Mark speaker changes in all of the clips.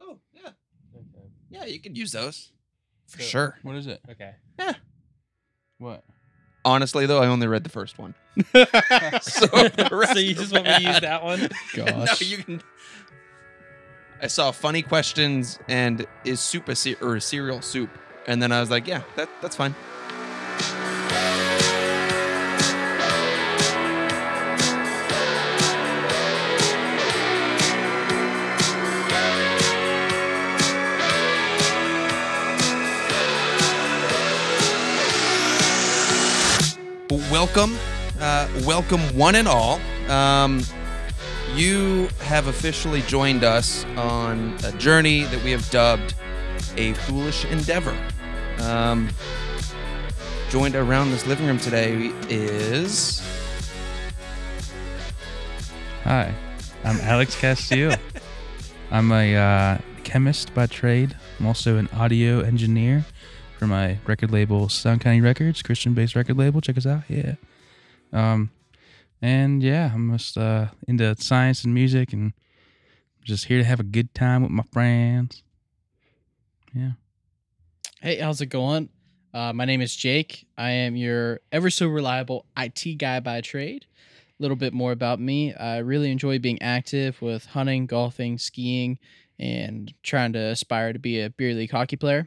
Speaker 1: Oh, yeah.
Speaker 2: Okay.
Speaker 1: Yeah, you could use those. For
Speaker 2: So-
Speaker 1: sure.
Speaker 3: What is it?
Speaker 2: Okay.
Speaker 3: What?
Speaker 1: Honestly, though, I only read the first one. so, the
Speaker 2: so you
Speaker 1: rest
Speaker 2: just
Speaker 1: are
Speaker 2: want me to use
Speaker 1: bad.
Speaker 2: that one?
Speaker 3: Gosh.
Speaker 1: no, you can. I saw funny questions and is soup a se- or a cereal soup, and then I was like, yeah, that that's fine. Welcome, uh, welcome one and all. Um, you have officially joined us on a journey that we have dubbed a foolish endeavor. Um, joined around this living room today is
Speaker 3: Hi, I'm Alex Castillo. I'm a uh, chemist by trade. I'm also an audio engineer for my record label, Sound County Records, Christian-based record label. Check us out, yeah. Um, and yeah, I'm just uh, into science and music, and just here to have a good time with my friends.
Speaker 2: Hey, how's it going? Uh, my name is Jake. I am your ever so reliable IT guy by trade. A little bit more about me. I really enjoy being active with hunting, golfing, skiing, and trying to aspire to be a beer league hockey player.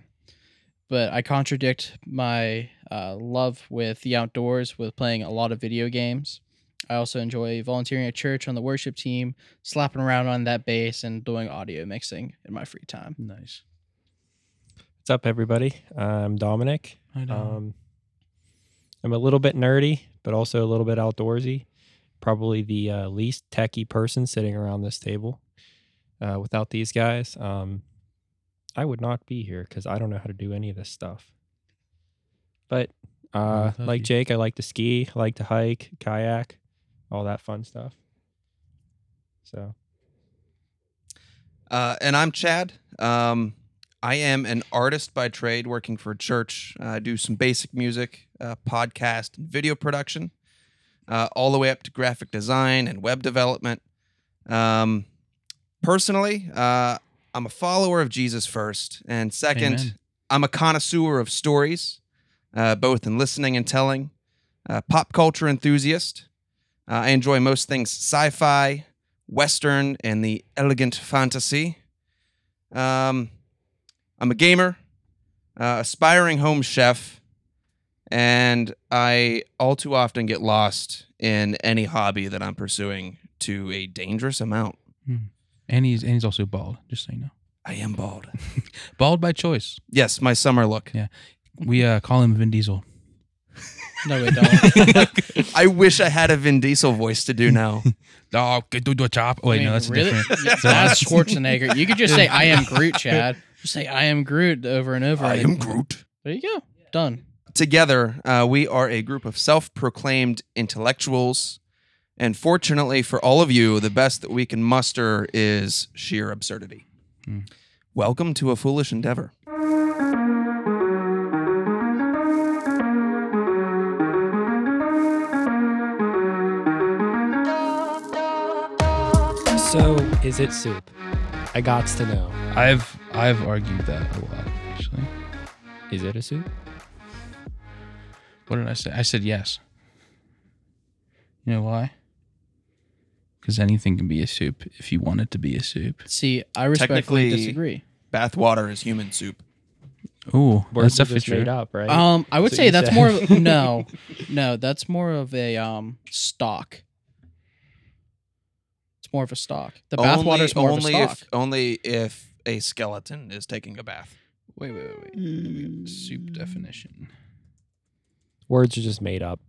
Speaker 2: But I contradict my uh, love with the outdoors with playing a lot of video games. I also enjoy volunteering at church on the worship team, slapping around on that bass, and doing audio mixing in my free time.
Speaker 3: Nice.
Speaker 4: What's up, everybody? I'm Dominic.
Speaker 3: I know.
Speaker 4: Um, I'm a little bit nerdy, but also a little bit outdoorsy. Probably the uh, least techie person sitting around this table. Uh, without these guys, um, I would not be here because I don't know how to do any of this stuff. But uh,
Speaker 3: without
Speaker 4: like
Speaker 3: you.
Speaker 4: Jake, I like to ski, I like to hike, kayak, all that fun stuff. So
Speaker 1: Uh, and I'm Chad. Um, I am an artist by trade, working for a church. Uh, I do some basic music, uh, podcast, and video production, uh, all the way up to graphic design and web development. Um, personally, uh, I'm a follower of Jesus first, and second,
Speaker 3: Amen.
Speaker 1: I'm a connoisseur of stories, uh, both in listening and telling, uh, pop culture enthusiast. Uh, I enjoy most things sci fi, Western, and the elegant fantasy. Um, I'm a gamer, uh, aspiring home chef, and I all too often get lost in any hobby that I'm pursuing to a dangerous amount.
Speaker 3: and he's and he's also bald. Just so you know,
Speaker 1: I am bald.
Speaker 3: bald by choice.
Speaker 1: Yes, my summer look.
Speaker 3: We uh, call him Vin Diesel.
Speaker 2: No, we don't.
Speaker 1: I wish I had a Vin Diesel voice to do now.
Speaker 3: Oh, get do a chop. Wait,
Speaker 2: I mean,
Speaker 3: no, that's
Speaker 2: really?
Speaker 3: different.
Speaker 2: Yeah, that's Schwarzenegger. You could just say "I am Groot," Chad. Just say "I am Groot" over and over.
Speaker 1: I
Speaker 2: and-
Speaker 1: am Groot.
Speaker 2: There you go. Done.
Speaker 1: Together, uh, we are a group of self proclaimed intellectuals. And fortunately for all of you, the best that we can muster is sheer absurdity.
Speaker 3: Hmm.
Speaker 1: Welcome to a foolish endeavor.
Speaker 4: So is it soup? I gots to know.
Speaker 3: I've I've argued that a lot actually.
Speaker 4: Is it a soup?
Speaker 3: What did I say? I said yes. You know why? Because anything can be a soup if you want it to be a soup.
Speaker 2: See, I respectfully
Speaker 1: Technically-
Speaker 2: disagree.
Speaker 1: Bathwater is human soup.
Speaker 3: Ooh,
Speaker 4: Words
Speaker 3: that's
Speaker 4: are
Speaker 3: definitely
Speaker 4: just made
Speaker 3: true.
Speaker 4: up, right?
Speaker 2: Um, I would
Speaker 4: So
Speaker 2: say
Speaker 4: you
Speaker 2: that's
Speaker 4: said-
Speaker 2: more. Of, no, no, that's more of a um stock. It's more of a stock. The bathwater is more
Speaker 1: only
Speaker 2: of a
Speaker 1: if,
Speaker 2: stock.
Speaker 1: only if a skeleton is taking a bath.
Speaker 3: Wait, wait, wait, wait. Let me get the Soup definition.
Speaker 4: Words are just made up.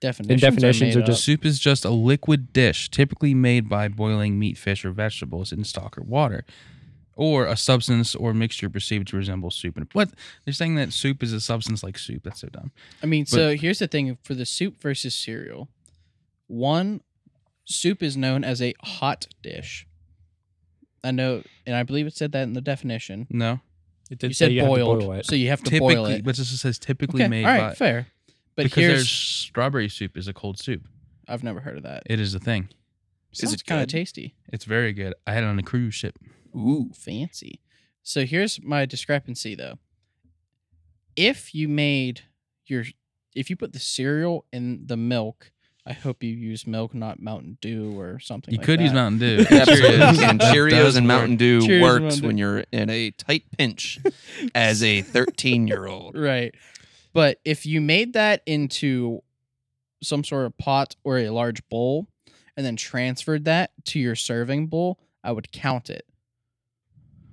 Speaker 2: Definitions,
Speaker 4: definitions
Speaker 2: are,
Speaker 4: are
Speaker 2: made
Speaker 4: just-
Speaker 2: up.
Speaker 3: Soup is just a liquid dish, typically made by boiling meat, fish, or vegetables in stock or water, or a substance or mixture perceived to resemble soup. And what they're saying that soup is a substance like soup. That's so dumb.
Speaker 2: I mean, so here's the thing for the soup versus cereal. One, soup is known as a hot dish. I know, and I believe it said that in the definition.
Speaker 3: No,
Speaker 4: It
Speaker 2: You said
Speaker 4: have to
Speaker 2: boiled,
Speaker 4: boil it.
Speaker 2: so you have to
Speaker 3: typically,
Speaker 2: boil it.
Speaker 3: but this says typically
Speaker 2: Okay,
Speaker 3: made
Speaker 2: all right,
Speaker 3: by.
Speaker 2: fair. But
Speaker 3: because there's
Speaker 2: here's
Speaker 3: strawberry soup is a cold soup.
Speaker 2: I've never heard of that.
Speaker 3: It is the thing.
Speaker 1: Is
Speaker 2: Sounds
Speaker 1: it
Speaker 2: kind of
Speaker 1: good?
Speaker 2: tasty?
Speaker 3: It's very good. I had it on a cruise ship.
Speaker 1: Ooh.
Speaker 2: Fancy. So here's my discrepancy though. If you made your if you put the cereal in the milk, I hope you use milk, not Mountain Dew or something.
Speaker 3: You
Speaker 2: like
Speaker 3: could use
Speaker 2: that.
Speaker 3: Mountain Dew.
Speaker 1: Absolutely.
Speaker 3: Cheerios.
Speaker 1: and
Speaker 3: That does
Speaker 1: Cheerios and
Speaker 3: work.
Speaker 1: Mountain Dew
Speaker 2: Cheerios and
Speaker 1: works
Speaker 2: Mountain Dew.
Speaker 1: when you're in a tight pinch as a 13 year old.
Speaker 2: Right. But if you made that into some sort of pot or a large bowl and then transferred that to your serving bowl, I would count it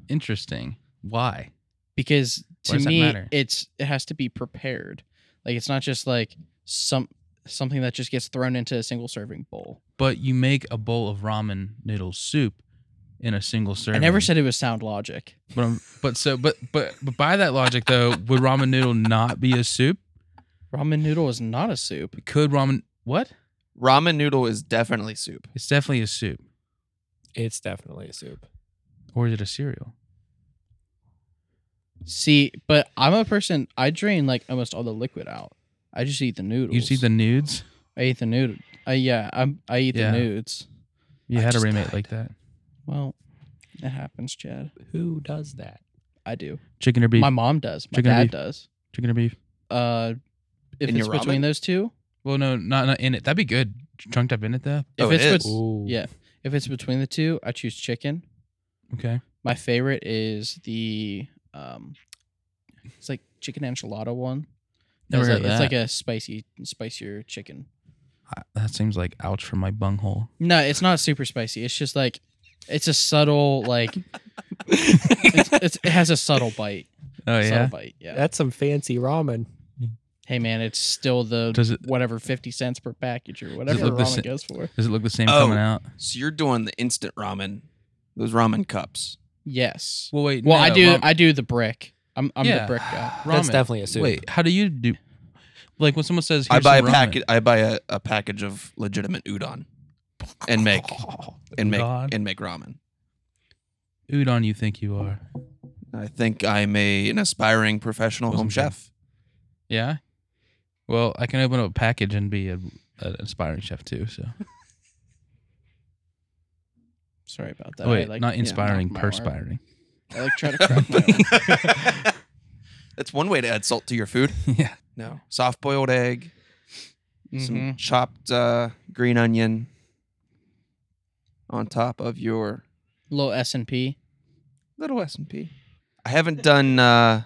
Speaker 3: Interesting. Why?
Speaker 2: because
Speaker 3: Why
Speaker 2: to
Speaker 3: does that
Speaker 2: me
Speaker 3: matter?
Speaker 2: it's it has to be prepared. Like it's not just like some something that just gets thrown into a single serving bowl.
Speaker 3: But you make a bowl of ramen noodle soup in a single serving.
Speaker 2: I never said it was sound logic.
Speaker 3: But, I'm- but so but but but by that logic though, would ramen noodle not be a soup?
Speaker 2: Ramen noodle is not a soup.
Speaker 3: Could ramen what?
Speaker 1: Ramen noodle is definitely soup.
Speaker 3: It's definitely a soup,
Speaker 4: It's definitely a soup.
Speaker 3: or is it a cereal?
Speaker 2: See, but I'm a person. I drain like almost all the liquid out. I just eat the noodles.
Speaker 3: You see the nudes?
Speaker 2: I eat the noodle. I yeah. I'm. I eat
Speaker 3: Yeah.
Speaker 2: the nudes.
Speaker 3: You
Speaker 4: I
Speaker 3: had a
Speaker 4: just
Speaker 3: roommate
Speaker 4: died.
Speaker 3: like that.
Speaker 2: Well, it happens, Chad.
Speaker 4: Who does that?
Speaker 2: I do.
Speaker 3: Chicken or beef?
Speaker 2: My mom does. My
Speaker 3: Chicken or
Speaker 2: dad
Speaker 3: beef?
Speaker 2: does.
Speaker 3: Chicken or beef?
Speaker 2: Uh, if
Speaker 1: In
Speaker 2: it's
Speaker 1: your
Speaker 2: between
Speaker 1: ramen?
Speaker 2: those two,
Speaker 3: Well, no, not, not in it. That'd be good. Chunked up in it though.
Speaker 2: if
Speaker 1: Oh, it is.
Speaker 2: it's bet- yeah, if it's between the two, I choose chicken.
Speaker 3: Okay.
Speaker 2: My favorite is the um, it's like chicken enchilada one.
Speaker 3: Never
Speaker 2: it's,
Speaker 3: heard
Speaker 2: like,
Speaker 3: of
Speaker 2: it's like
Speaker 3: that.
Speaker 2: a spicy, spicier chicken.
Speaker 3: I- that seems like ouch for my bunghole.
Speaker 2: No, it's not super spicy. It's just like it's a subtle like it's, it's, it has a subtle bite.
Speaker 3: Oh
Speaker 2: subtle
Speaker 3: yeah.
Speaker 2: bite. Yeah.
Speaker 4: That's some fancy ramen.
Speaker 2: hey man, it's still the
Speaker 3: Does it
Speaker 2: whatever fifty cents per package or whatever
Speaker 3: look the
Speaker 2: ramen
Speaker 3: sa-
Speaker 2: goes for.
Speaker 3: does it look the same
Speaker 1: Oh.
Speaker 3: coming out?
Speaker 1: So you're doing the instant ramen, those ramen cups.
Speaker 2: Yes.
Speaker 3: Well, wait.
Speaker 2: Well, I
Speaker 3: no,
Speaker 2: do.
Speaker 3: ram-
Speaker 2: I do the brick. I'm I'm
Speaker 3: Yeah.
Speaker 2: the brick guy.
Speaker 4: That's
Speaker 3: ramen.
Speaker 4: definitely a soup.
Speaker 3: Wait, how do you do? Like when someone says,
Speaker 1: I
Speaker 3: Here's
Speaker 1: buy a
Speaker 3: some ramen,"
Speaker 1: packet. I buy a, a package of legitimate udon, and make and make
Speaker 3: Udon.
Speaker 1: and make ramen.
Speaker 3: Udon, you think you are?
Speaker 1: I think I'm a an aspiring professional
Speaker 3: Wasn't
Speaker 1: home
Speaker 3: sure.
Speaker 1: chef.
Speaker 3: Yeah. Well, I can open up a package and be a, an aspiring chef too. So
Speaker 2: Sorry about that.
Speaker 3: oh, wait,
Speaker 2: I, like,
Speaker 3: not inspiring,
Speaker 2: knocked my arm.
Speaker 3: perspiring.
Speaker 2: I like try to crack my arm.
Speaker 1: That's one way to add salt to your food.
Speaker 3: yeah.
Speaker 1: No, soft boiled egg, some
Speaker 3: Mm-hmm.
Speaker 2: Mhm.
Speaker 1: chopped uh, green onion on top of your
Speaker 2: little S and P.
Speaker 1: little S and P. I haven't done. Uh,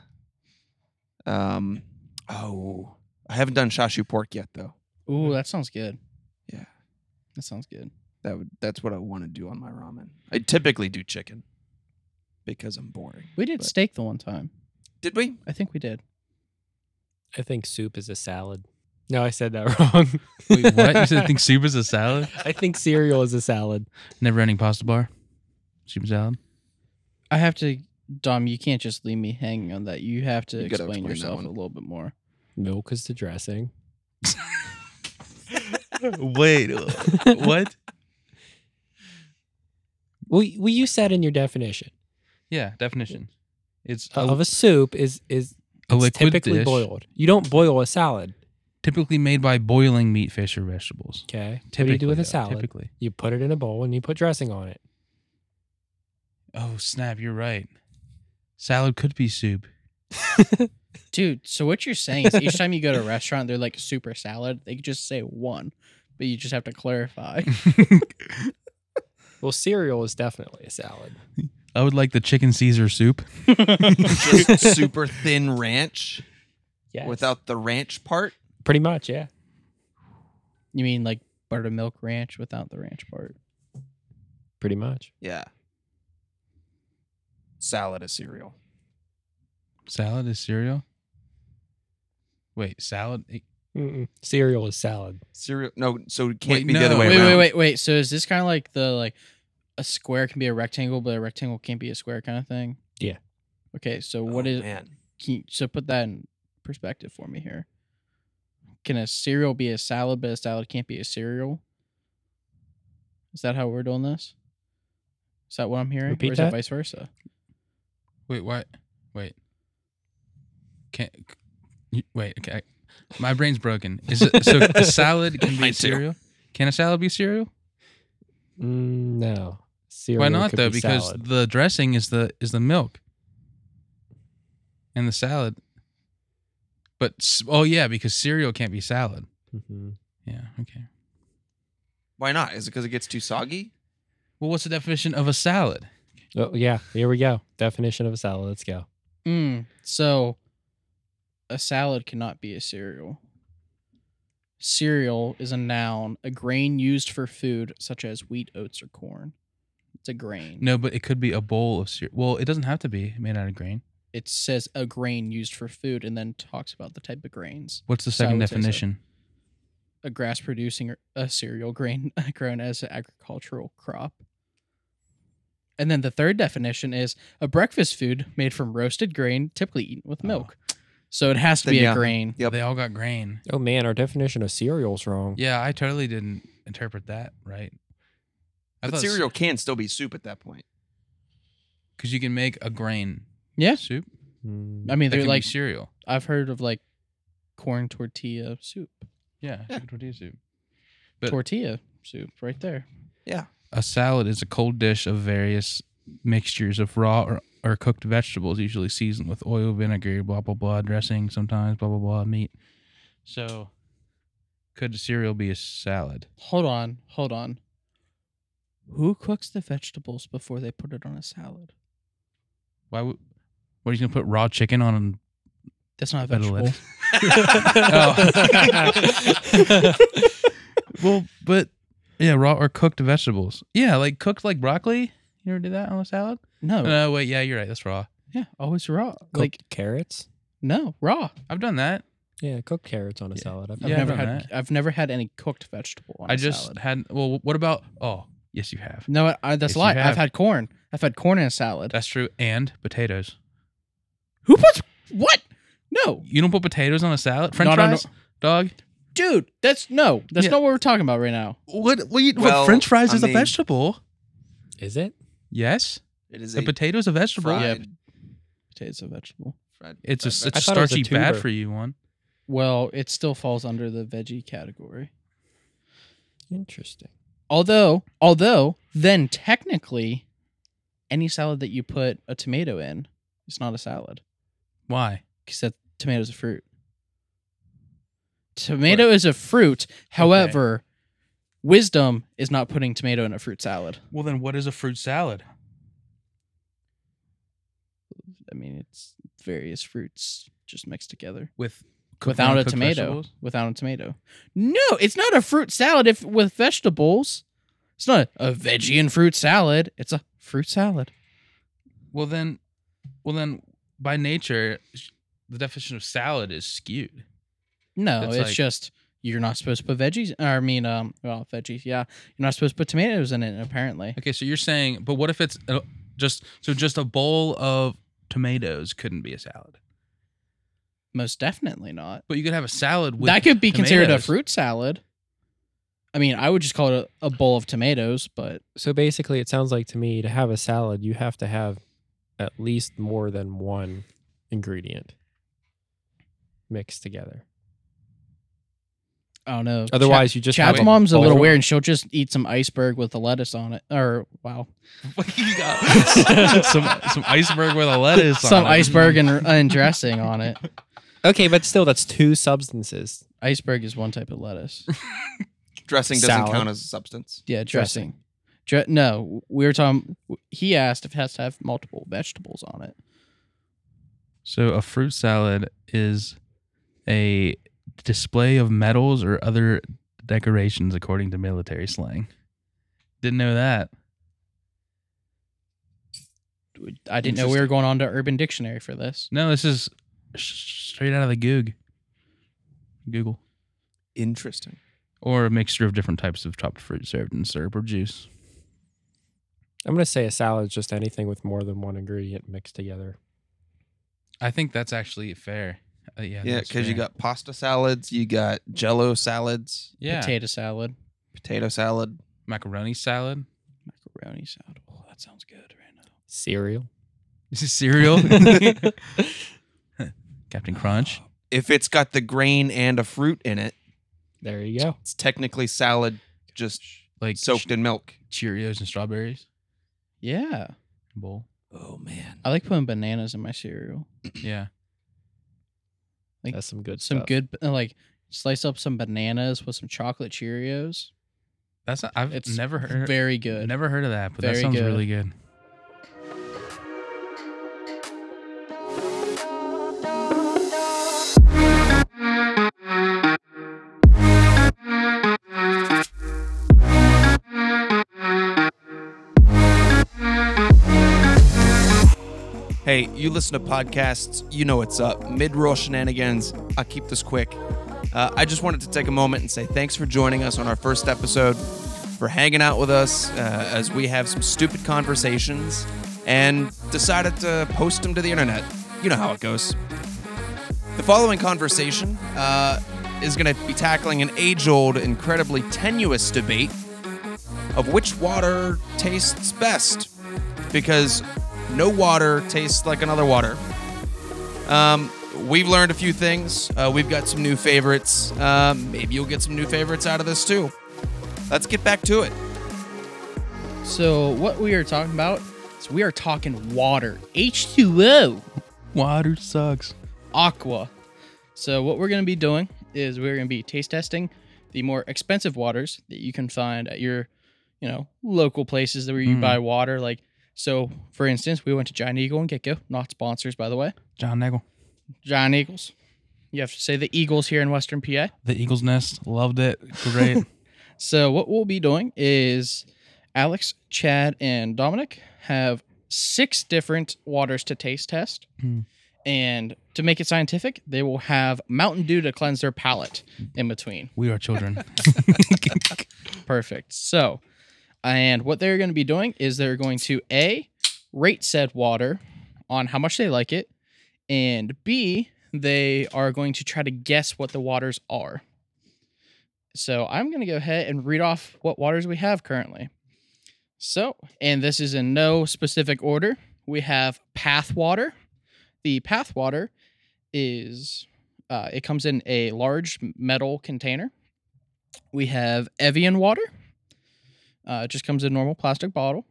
Speaker 1: um, oh, I haven't done shashu pork yet though.
Speaker 2: Ooh, that sounds good.
Speaker 1: Yeah.
Speaker 2: that sounds good.
Speaker 1: That would, that's what I want to do on my ramen. I typically do chicken because I'm boring.
Speaker 2: We did
Speaker 1: But-
Speaker 2: steak the one time.
Speaker 1: Did we?
Speaker 2: I think we did.
Speaker 4: I think soup is a salad. No, I said that wrong.
Speaker 3: Wait, what? You said you think soup is a salad?
Speaker 4: I think cereal is a salad.
Speaker 3: Never ending pasta bar. Soup salad.
Speaker 2: I have to, Dom. You can't just leave me hanging on that. You have to
Speaker 1: You gotta
Speaker 2: explain,
Speaker 1: explain that
Speaker 2: yourself
Speaker 1: one.
Speaker 2: a little bit more.
Speaker 4: Milk is the dressing.
Speaker 3: Wait, what?
Speaker 4: Well, y- well, you said in your definition
Speaker 3: Yeah, definition. It's a,
Speaker 4: of a soup is Uh, is
Speaker 3: a
Speaker 4: it's
Speaker 3: liquid
Speaker 4: typically
Speaker 3: dish
Speaker 4: boiled. You don't boil a salad.
Speaker 3: typically made by boiling meat, fish, or vegetables.
Speaker 4: Okay. What do you do with
Speaker 3: Typically,
Speaker 4: a
Speaker 3: though,
Speaker 4: salad?
Speaker 3: Typically.
Speaker 4: You put it in a bowl and you put dressing on it.
Speaker 3: Oh snap! You're right. Salad could be soup.
Speaker 2: Dude, so what you're saying is each time you go to a restaurant, they're like super salad. They could just say one, but you just have to clarify.
Speaker 4: Well, cereal is definitely a salad.
Speaker 3: I would like the chicken Caesar soup.
Speaker 1: Just super thin ranch
Speaker 4: Yeah.
Speaker 1: without the ranch part.
Speaker 4: pretty much, yeah.
Speaker 2: You mean like buttermilk ranch without the ranch part?
Speaker 4: Pretty much.
Speaker 1: Yeah. Salad is cereal.
Speaker 3: Salad is cereal. Wait, salad. eh,
Speaker 4: Mm-mm. Cereal is salad.
Speaker 1: Cereal. No, so it
Speaker 3: Wait,
Speaker 1: can't be the other
Speaker 3: no.
Speaker 1: way
Speaker 2: Oh, Wait,
Speaker 1: around.
Speaker 2: wait, wait, wait. So is this kind of like the like a square can be a rectangle, but a rectangle can't be a square kind of thing?
Speaker 4: Yeah.
Speaker 2: Okay, so what is
Speaker 1: Oh, man?
Speaker 2: can you, so put that in perspective for me here. Can a cereal be a salad, but a salad can't be a cereal? Is that how we're doing this? Is that what I'm hearing?
Speaker 4: Repeat
Speaker 2: or is
Speaker 4: that?
Speaker 2: it vice versa?
Speaker 3: Wait, what? Wait. Can't. c- you- Wait. Okay. My brain's broken. Is it so? A salad can be
Speaker 1: Mine
Speaker 3: a
Speaker 1: too.
Speaker 3: cereal. Can a salad be cereal?
Speaker 4: Mm, no. cereal.
Speaker 3: Why not
Speaker 4: could
Speaker 3: though?
Speaker 4: be
Speaker 3: Because
Speaker 4: salad.
Speaker 3: the dressing is the is the milk and the salad. But s- oh yeah, because cereal can't be salad.
Speaker 4: Mhm.
Speaker 3: Yeah. Okay.
Speaker 1: Why not? Is it because it gets too soggy?
Speaker 3: Well, what's the definition of a salad?
Speaker 4: Oh, yeah, here we go. Definition of a salad. Let's go.
Speaker 2: Mm, so, a salad cannot be a cereal. Cereal is a noun, a grain used for food such as wheat, oats, or corn. It's a grain.
Speaker 3: No, but it could be a bowl of cereal. Well, it doesn't have to be made out of grain.
Speaker 2: It says a grain used for food and then talks about the type of grains.
Speaker 3: What's the
Speaker 2: So I
Speaker 3: second
Speaker 2: would say so.
Speaker 3: definition?
Speaker 2: A grass producing or a cereal grain grown as an agricultural crop. And then the third definition is a breakfast food made from roasted grain, typically eaten with
Speaker 3: Oh.
Speaker 2: milk. So it has to
Speaker 1: Then
Speaker 2: be
Speaker 1: yeah.
Speaker 2: a grain.
Speaker 1: Yep.
Speaker 3: They all got grain.
Speaker 4: Oh man, our definition of cereal's wrong.
Speaker 3: Yeah, I totally didn't interpret that right. I
Speaker 1: But cereal can still be soup at that point.
Speaker 3: because you can make a grain
Speaker 2: Yeah.
Speaker 3: soup.
Speaker 4: Mm,
Speaker 2: I mean,
Speaker 3: That can
Speaker 2: they're
Speaker 3: be
Speaker 2: like
Speaker 3: cereal.
Speaker 2: I've heard of like corn tortilla soup.
Speaker 3: Yeah,
Speaker 1: Yeah.
Speaker 3: tortilla soup. But-
Speaker 2: tortilla soup right there.
Speaker 3: A salad is a cold dish of various mixtures of raw or, or cooked vegetables, usually seasoned with oil, vinegar, blah blah blah, dressing, sometimes blah blah blah, meat. So, could cereal be a salad?
Speaker 2: Hold on, hold on. Who cooks the vegetables before they put it on a salad?
Speaker 3: Why? Would, what are you gonna put raw chicken on?
Speaker 2: That's not a
Speaker 3: Better
Speaker 2: vegetable.
Speaker 3: let-
Speaker 1: Oh.
Speaker 3: Oh. Well, but yeah, raw or cooked vegetables. Yeah, like cooked like broccoli. You ever did that on a salad?
Speaker 2: No.
Speaker 3: No, wait. Yeah, you're right. That's raw.
Speaker 2: Yeah, always raw.
Speaker 4: cooked
Speaker 2: Like
Speaker 4: carrots.
Speaker 2: no, raw.
Speaker 3: I've done that.
Speaker 4: Yeah, cooked carrots on a
Speaker 3: Yeah.
Speaker 4: salad. I've
Speaker 2: I've
Speaker 3: Yeah,
Speaker 4: had
Speaker 2: never
Speaker 3: I've
Speaker 2: had
Speaker 3: done
Speaker 2: I've never had any cooked vegetable on
Speaker 3: I
Speaker 2: a
Speaker 3: just
Speaker 2: salad.
Speaker 3: had. Well, what about? Oh, yes, you have.
Speaker 2: No, I, I- that's
Speaker 3: Yes, you
Speaker 2: a lie.
Speaker 3: have.
Speaker 2: I've had corn. I've had corn in a salad.
Speaker 3: That's true. And potatoes.
Speaker 2: Who puts what? No.
Speaker 3: You don't put potatoes on a salad. French
Speaker 2: Not on
Speaker 3: fries, dog.
Speaker 2: Dude, that's no. That's
Speaker 3: Yeah.
Speaker 2: not what we're talking about right now.
Speaker 3: What? What? You, what,
Speaker 1: Well,
Speaker 3: French fries
Speaker 1: I
Speaker 3: is
Speaker 1: mean-
Speaker 3: a vegetable.
Speaker 4: it. Is it?
Speaker 3: Yes,
Speaker 1: It is
Speaker 3: a
Speaker 1: a
Speaker 3: potato is a vegetable.
Speaker 1: fried,
Speaker 2: Yeah. Potatoes a vegetable.
Speaker 1: fried-
Speaker 3: It's a,
Speaker 1: fried
Speaker 3: it's
Speaker 4: I
Speaker 3: a
Speaker 4: thought it was a
Speaker 3: starchy, bad
Speaker 4: tuber.
Speaker 3: for you one.
Speaker 2: Well, it still falls under the veggie category.
Speaker 4: Interesting.
Speaker 2: Although, although then technically any salad that you put a tomato in is not a salad
Speaker 3: Why?
Speaker 2: cuz that tomato is a fruit. Tomato is a fruit. However, wisdom is not putting tomato in a fruit salad.
Speaker 3: Well, then what is a fruit salad?
Speaker 2: I mean, it's various fruits just mixed together.
Speaker 3: With cooked
Speaker 2: without a
Speaker 3: uncooked
Speaker 2: tomato.
Speaker 3: vegetables?
Speaker 2: Without a tomato. No, it's not a fruit salad if with vegetables. It's not a veggie and fruit salad. It's a fruit salad.
Speaker 3: Well then, well then, by nature, sh- the definition of salad is skewed.
Speaker 2: No,
Speaker 3: It's
Speaker 2: it's,
Speaker 3: like-
Speaker 2: just you're not supposed to put veggies. Or, I mean, um, well, veggies. Yeah, you're not supposed to put tomatoes in it. Apparently,
Speaker 3: Okay, so you're saying, but what if it's uh, just so just a bowl of tomatoes couldn't be a salad,
Speaker 2: most definitely not.
Speaker 3: but you could have a salad with
Speaker 2: that could be considered a
Speaker 3: tomatoes.
Speaker 2: fruit salad. I mean, I would just call it a, a bowl of tomatoes, but
Speaker 4: So basically, it sounds like to me to have a salad, you have to have at least more than one ingredient mixed together.
Speaker 2: I don't know.
Speaker 4: Otherwise, you just
Speaker 2: Chad's
Speaker 4: have
Speaker 2: mom's a
Speaker 4: bowl.
Speaker 2: little weird, and she'll just eat some iceberg with the lettuce on it. Or wow,
Speaker 3: you got? some some iceberg with a lettuce.
Speaker 2: some
Speaker 3: on it.
Speaker 2: iceberg and, and dressing on it.
Speaker 4: Okay, but still, that's two substances.
Speaker 2: Iceberg is one type of lettuce.
Speaker 1: dressing doesn't
Speaker 4: salad.
Speaker 1: count as a substance.
Speaker 2: Yeah, dressing. Dre- no, we were talking. He asked if it has to have multiple vegetables on it.
Speaker 3: So a fruit salad is a display of medals or other decorations, according to military slang. Didn't know that.
Speaker 2: I didn't know we were going on to Urban Dictionary for this.
Speaker 3: No, this is sh- straight out of the Goog. Google.
Speaker 1: Interesting.
Speaker 3: Or a mixture of different types of chopped fruit served in syrup or juice.
Speaker 4: I'm gonna say a salad is just anything with more than one ingredient mixed together.
Speaker 3: I think that's actually fair. Uh, yeah,
Speaker 1: Yeah,
Speaker 3: that's
Speaker 1: because you
Speaker 3: fair.
Speaker 1: got pasta salads, you got Jello salads,
Speaker 3: yeah
Speaker 2: Potato salad,
Speaker 1: potato salad.
Speaker 3: macaroni salad.
Speaker 2: macaroni salad. Oh, that sounds good right now.
Speaker 4: Cereal.
Speaker 3: This is cereal. Captain Crunch.
Speaker 1: If it's got the grain and a fruit in it,
Speaker 4: There you go.
Speaker 1: it's technically salad, just
Speaker 3: Like
Speaker 1: soaked in milk.
Speaker 3: Cheerios and strawberries.
Speaker 2: Yeah.
Speaker 3: bowl.
Speaker 1: Oh man.
Speaker 2: I like putting bananas in my cereal.
Speaker 3: Yeah.
Speaker 2: Like,
Speaker 4: That's some good
Speaker 2: Some
Speaker 4: stuff.
Speaker 2: good, uh, like, slice up some bananas with some chocolate Cheerios.
Speaker 3: That's not, I've
Speaker 2: It's
Speaker 3: never heard
Speaker 2: Very good.
Speaker 3: never heard of that, but that
Speaker 2: Very
Speaker 3: sounds
Speaker 2: good.
Speaker 3: really good.
Speaker 1: Hey, you listen to podcasts, you know what's up. Mid roll shenanigans. I'll keep this quick. Uh, I just wanted to take a moment and say thanks for joining us on our first episode, for hanging out with us uh, as we have some stupid conversations, and decided to post them to the internet. You know how it goes. The following conversation uh, is going to be tackling an age old, incredibly tenuous debate of which water tastes best because no water tastes like another water. Um, we've learned a few things. Uh, we've got some new favorites. Um, maybe you'll get some new favorites out of this too. Let's get back to it.
Speaker 2: So what we are talking about is we are talking water, H2O,
Speaker 3: Water sucks.
Speaker 2: aqua. So what we're going to be doing is we're going to be taste testing the more expensive waters that you can find at your, you know, local places that where you
Speaker 3: Mm.
Speaker 2: buy water. Like so, for instance, we went to Giant Eagle and Gecko, not sponsors by the way.
Speaker 3: John Nagel.
Speaker 2: Giant Eagles. You have to say the Eagles here in Western PA.
Speaker 3: The Eagle's Nest. Loved it. Great.
Speaker 2: So what we'll be doing is Alex, Chad, and Dominic have six different waters to taste test.
Speaker 3: Hmm.
Speaker 2: And to make it scientific, they will have Mountain Dew to cleanse their palate in between.
Speaker 3: we are children.
Speaker 2: Perfect. So, and what they're going to be doing is they're going to A, rate said water on how much they like it, and B, they are going to try to guess what the waters are. So, I'm going to go ahead and read off what waters we have currently. So, and this is in no specific order. We have path water. The path water is, uh, it comes in a large metal container. We have Evian water. Uh, it just comes in a normal plastic bottle.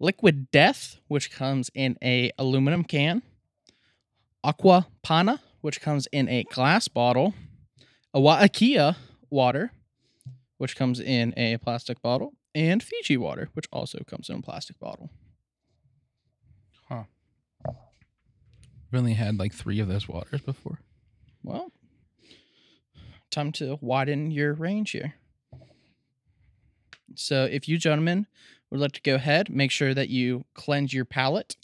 Speaker 2: Liquid Death, which comes in a aluminum can. Aqua Pana, which comes in a glass bottle. Awaikia water, which comes in a plastic bottle. And Fiji water, which also comes in a plastic bottle.
Speaker 3: We've only had like three of those waters before.
Speaker 2: Well, time to widen your range here. So, if you gentlemen would like to go ahead, make sure that you cleanse your palate.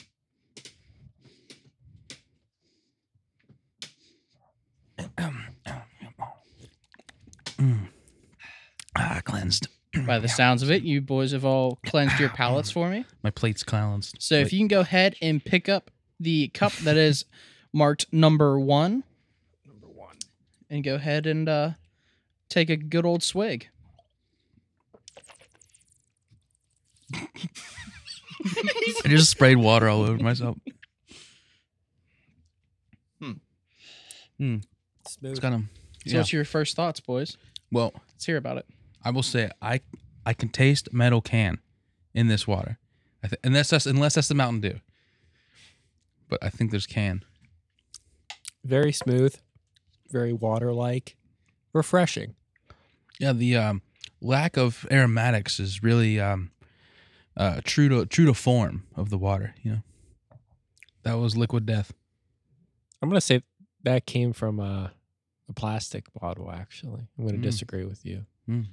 Speaker 3: Ah, cleansed.
Speaker 2: By the sounds of it, you boys have all cleansed your palates for me.
Speaker 3: My plate's cleansed.
Speaker 2: So, if you can go ahead and pick up the cup that is marked number one, number one, and go ahead and uh, take a good old swig.
Speaker 3: I just sprayed water all over myself. It's
Speaker 4: Smooth.
Speaker 3: kind of
Speaker 2: So,
Speaker 3: yeah.
Speaker 2: what's your first thoughts, boys?
Speaker 3: well.
Speaker 2: Let's hear about it.
Speaker 3: I will say I I can taste metal can in this water, I th- unless that's unless that's the Mountain Dew. But I think there's can.
Speaker 4: Very smooth, very water like, refreshing.
Speaker 3: Yeah, the um, lack of aromatics is really um, uh, true to true to form of the water. You know, that was liquid death.
Speaker 4: I'm gonna say that came from a, a plastic bottle. Actually, I'm gonna
Speaker 3: Mm.
Speaker 4: disagree with you.
Speaker 3: Mm.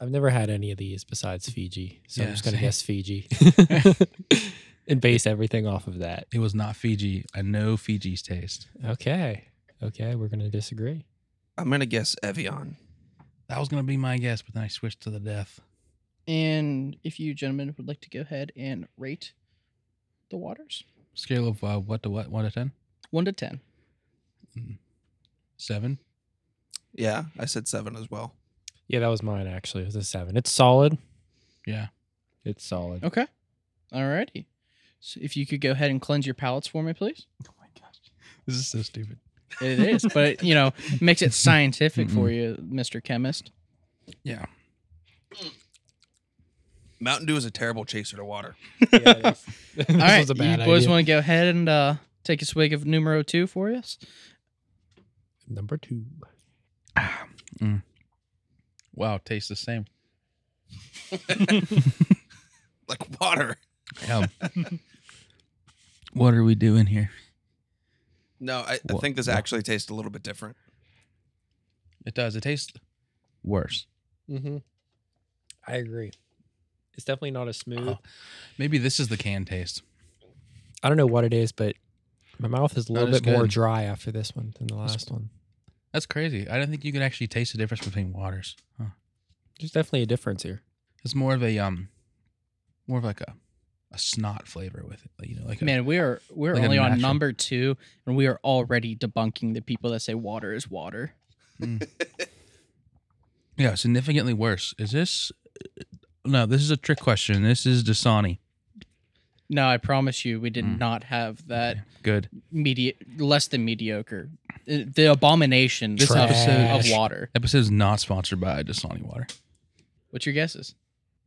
Speaker 4: I've never had any of these besides Fiji, so
Speaker 3: Yeah,
Speaker 4: I'm just gonna
Speaker 3: same.
Speaker 4: guess Fiji and base everything off of that.
Speaker 3: It was not Fiji. I know Fiji's taste.
Speaker 4: Okay, okay, we're gonna disagree.
Speaker 1: I'm gonna guess Evian.
Speaker 3: That was gonna be my guess, but then I switched to the death.
Speaker 2: And if you gentlemen would like to go ahead and rate the waters,
Speaker 3: Scale of uh, what to what? One to ten?
Speaker 2: one to 10.
Speaker 3: Seven?
Speaker 1: Yeah, I said seven as well.
Speaker 4: Yeah, that was mine actually. It was a seven. It's solid.
Speaker 3: Yeah.
Speaker 4: It's solid.
Speaker 2: Okay. Alrighty. So if you could go ahead and cleanse your palates for me, please.
Speaker 3: Oh my gosh, this is so stupid.
Speaker 2: It is, but you know, makes it scientific for you, Mr. Chemist.
Speaker 3: Yeah.
Speaker 1: Mountain Dew is a terrible chaser to water.
Speaker 4: Yeah, this
Speaker 2: All right,
Speaker 4: was a bad
Speaker 2: you boys
Speaker 4: idea.
Speaker 2: want to go ahead and uh, take a swig of numero two for us?
Speaker 4: Number two.
Speaker 3: Wow, tastes the same.
Speaker 1: Like water.
Speaker 3: What are we doing here?
Speaker 1: No, I, I
Speaker 3: Wha-
Speaker 1: think this
Speaker 3: wha-
Speaker 1: actually tastes a little bit different.
Speaker 3: It does. It tastes worse.
Speaker 4: Mm-hmm. I agree. It's definitely not as smooth.
Speaker 2: Uh-huh.
Speaker 3: Oh. Maybe this is the can taste.
Speaker 4: I don't know what it is, but my mouth is a
Speaker 3: Not
Speaker 4: little
Speaker 3: as
Speaker 4: bit more
Speaker 3: good.
Speaker 4: dry after this one than the last one.
Speaker 3: That's crazy. I don't think you can actually taste the difference between waters. Huh.
Speaker 4: There's definitely a difference here.
Speaker 3: It's more of a um, more of like a a snot flavor with it. Like, you know, like a-
Speaker 2: Man, we are we're
Speaker 3: Like a
Speaker 2: only on
Speaker 3: natural.
Speaker 2: number two, and we are already debunking the people that say water is water.
Speaker 3: yeah, significantly worse. Is this? uh, No, this is a trick question. This is Dasani.
Speaker 2: No, I promise you, we did
Speaker 3: Mm.
Speaker 2: not have
Speaker 1: Uh,
Speaker 2: that
Speaker 3: Good.
Speaker 2: media less than mediocre. Uh, The abomination
Speaker 3: This
Speaker 2: of,
Speaker 3: episode-
Speaker 2: of water.
Speaker 3: Episode is not sponsored by Dasani water.
Speaker 2: What's your guesses?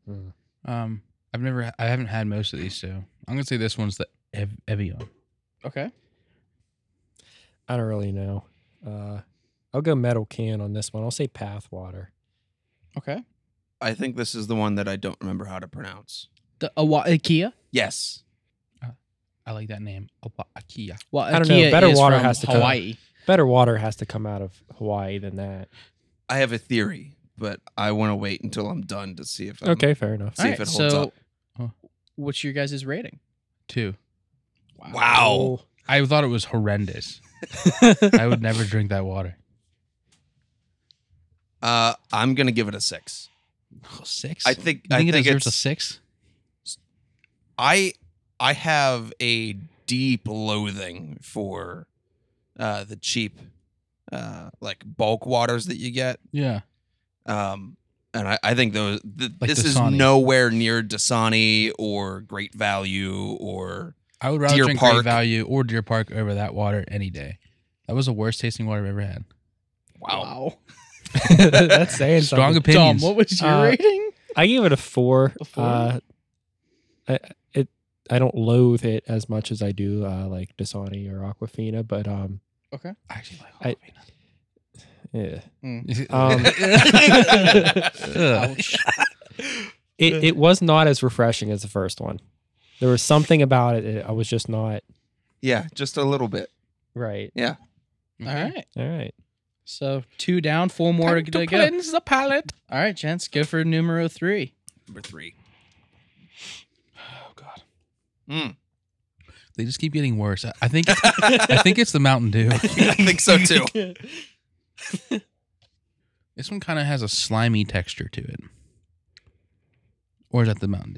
Speaker 2: Hmm.
Speaker 3: Um, I've never, I haven't had most of these, so I'm gonna say this one's the Ev- Evian.
Speaker 2: Okay,
Speaker 4: I don't really know. Uh, I'll go metal can on this one. I'll say path water.
Speaker 2: okay.
Speaker 1: I think this is the one that I don't remember how to pronounce.
Speaker 2: The awa- IKEA.
Speaker 1: Yes.
Speaker 3: I like that name, Awa- Akia.
Speaker 2: Well,
Speaker 4: I don't know.
Speaker 2: IKEA
Speaker 4: Better
Speaker 2: is
Speaker 4: water
Speaker 2: from
Speaker 4: has to come-
Speaker 2: Hawaii.
Speaker 4: Better water has to come out of Hawaii than that.
Speaker 1: I have a theory, but I want to wait until I'm done to see
Speaker 2: Um,
Speaker 1: if I'm,
Speaker 4: Okay, fair enough.
Speaker 1: See if it holds
Speaker 2: so
Speaker 1: up.
Speaker 3: Huh.
Speaker 2: what's your guys' rating?
Speaker 3: Two.
Speaker 1: Wow.
Speaker 3: I thought it was horrendous. I would never drink that water.
Speaker 1: Uh, I'm gonna give it a six.
Speaker 3: Oh, six.
Speaker 1: I think,
Speaker 3: You think
Speaker 1: I
Speaker 3: it
Speaker 1: think
Speaker 3: deserves
Speaker 1: it's
Speaker 3: a six.
Speaker 1: I I have a deep loathing for uh, the cheap uh, like bulk waters that you get,
Speaker 3: Yeah.
Speaker 1: um, and I, I think those th-
Speaker 3: Like
Speaker 1: this
Speaker 3: Dasani.
Speaker 1: is nowhere near Dasani or Great Value or
Speaker 3: I would rather
Speaker 1: Deer
Speaker 3: drink Great
Speaker 1: Park.
Speaker 3: Value or Deer Park over that water any day. That was the worst tasting water I've ever had.
Speaker 2: Wow.
Speaker 4: That's saying
Speaker 3: Strong
Speaker 4: something.
Speaker 2: Dom,
Speaker 3: opinions.
Speaker 2: what was your
Speaker 4: Uh,
Speaker 2: rating?
Speaker 4: I gave it a four.
Speaker 2: A four?
Speaker 4: Uh, I it I don't loathe it as much as I do uh, like Dasani or Aquafina, but um,
Speaker 2: Okay.
Speaker 3: I actually like
Speaker 4: I-
Speaker 3: Aquafina.
Speaker 4: yeah. Um,
Speaker 3: Um,
Speaker 2: Ouch.
Speaker 4: it it was not as refreshing as the first one. There was something about it. that I was just not
Speaker 1: yeah, just a little bit.
Speaker 4: right.
Speaker 2: All right.
Speaker 4: All right.
Speaker 2: So two down, four more to, go.
Speaker 3: the palate.
Speaker 2: All right, gents, go for numero three.
Speaker 1: Number three.
Speaker 3: Oh God,
Speaker 1: Mm.
Speaker 3: they just keep getting worse. I, I think I think it's the Mountain Dew.
Speaker 1: I think so too.
Speaker 3: This one kind of has a slimy texture to it. Or is that the Mountain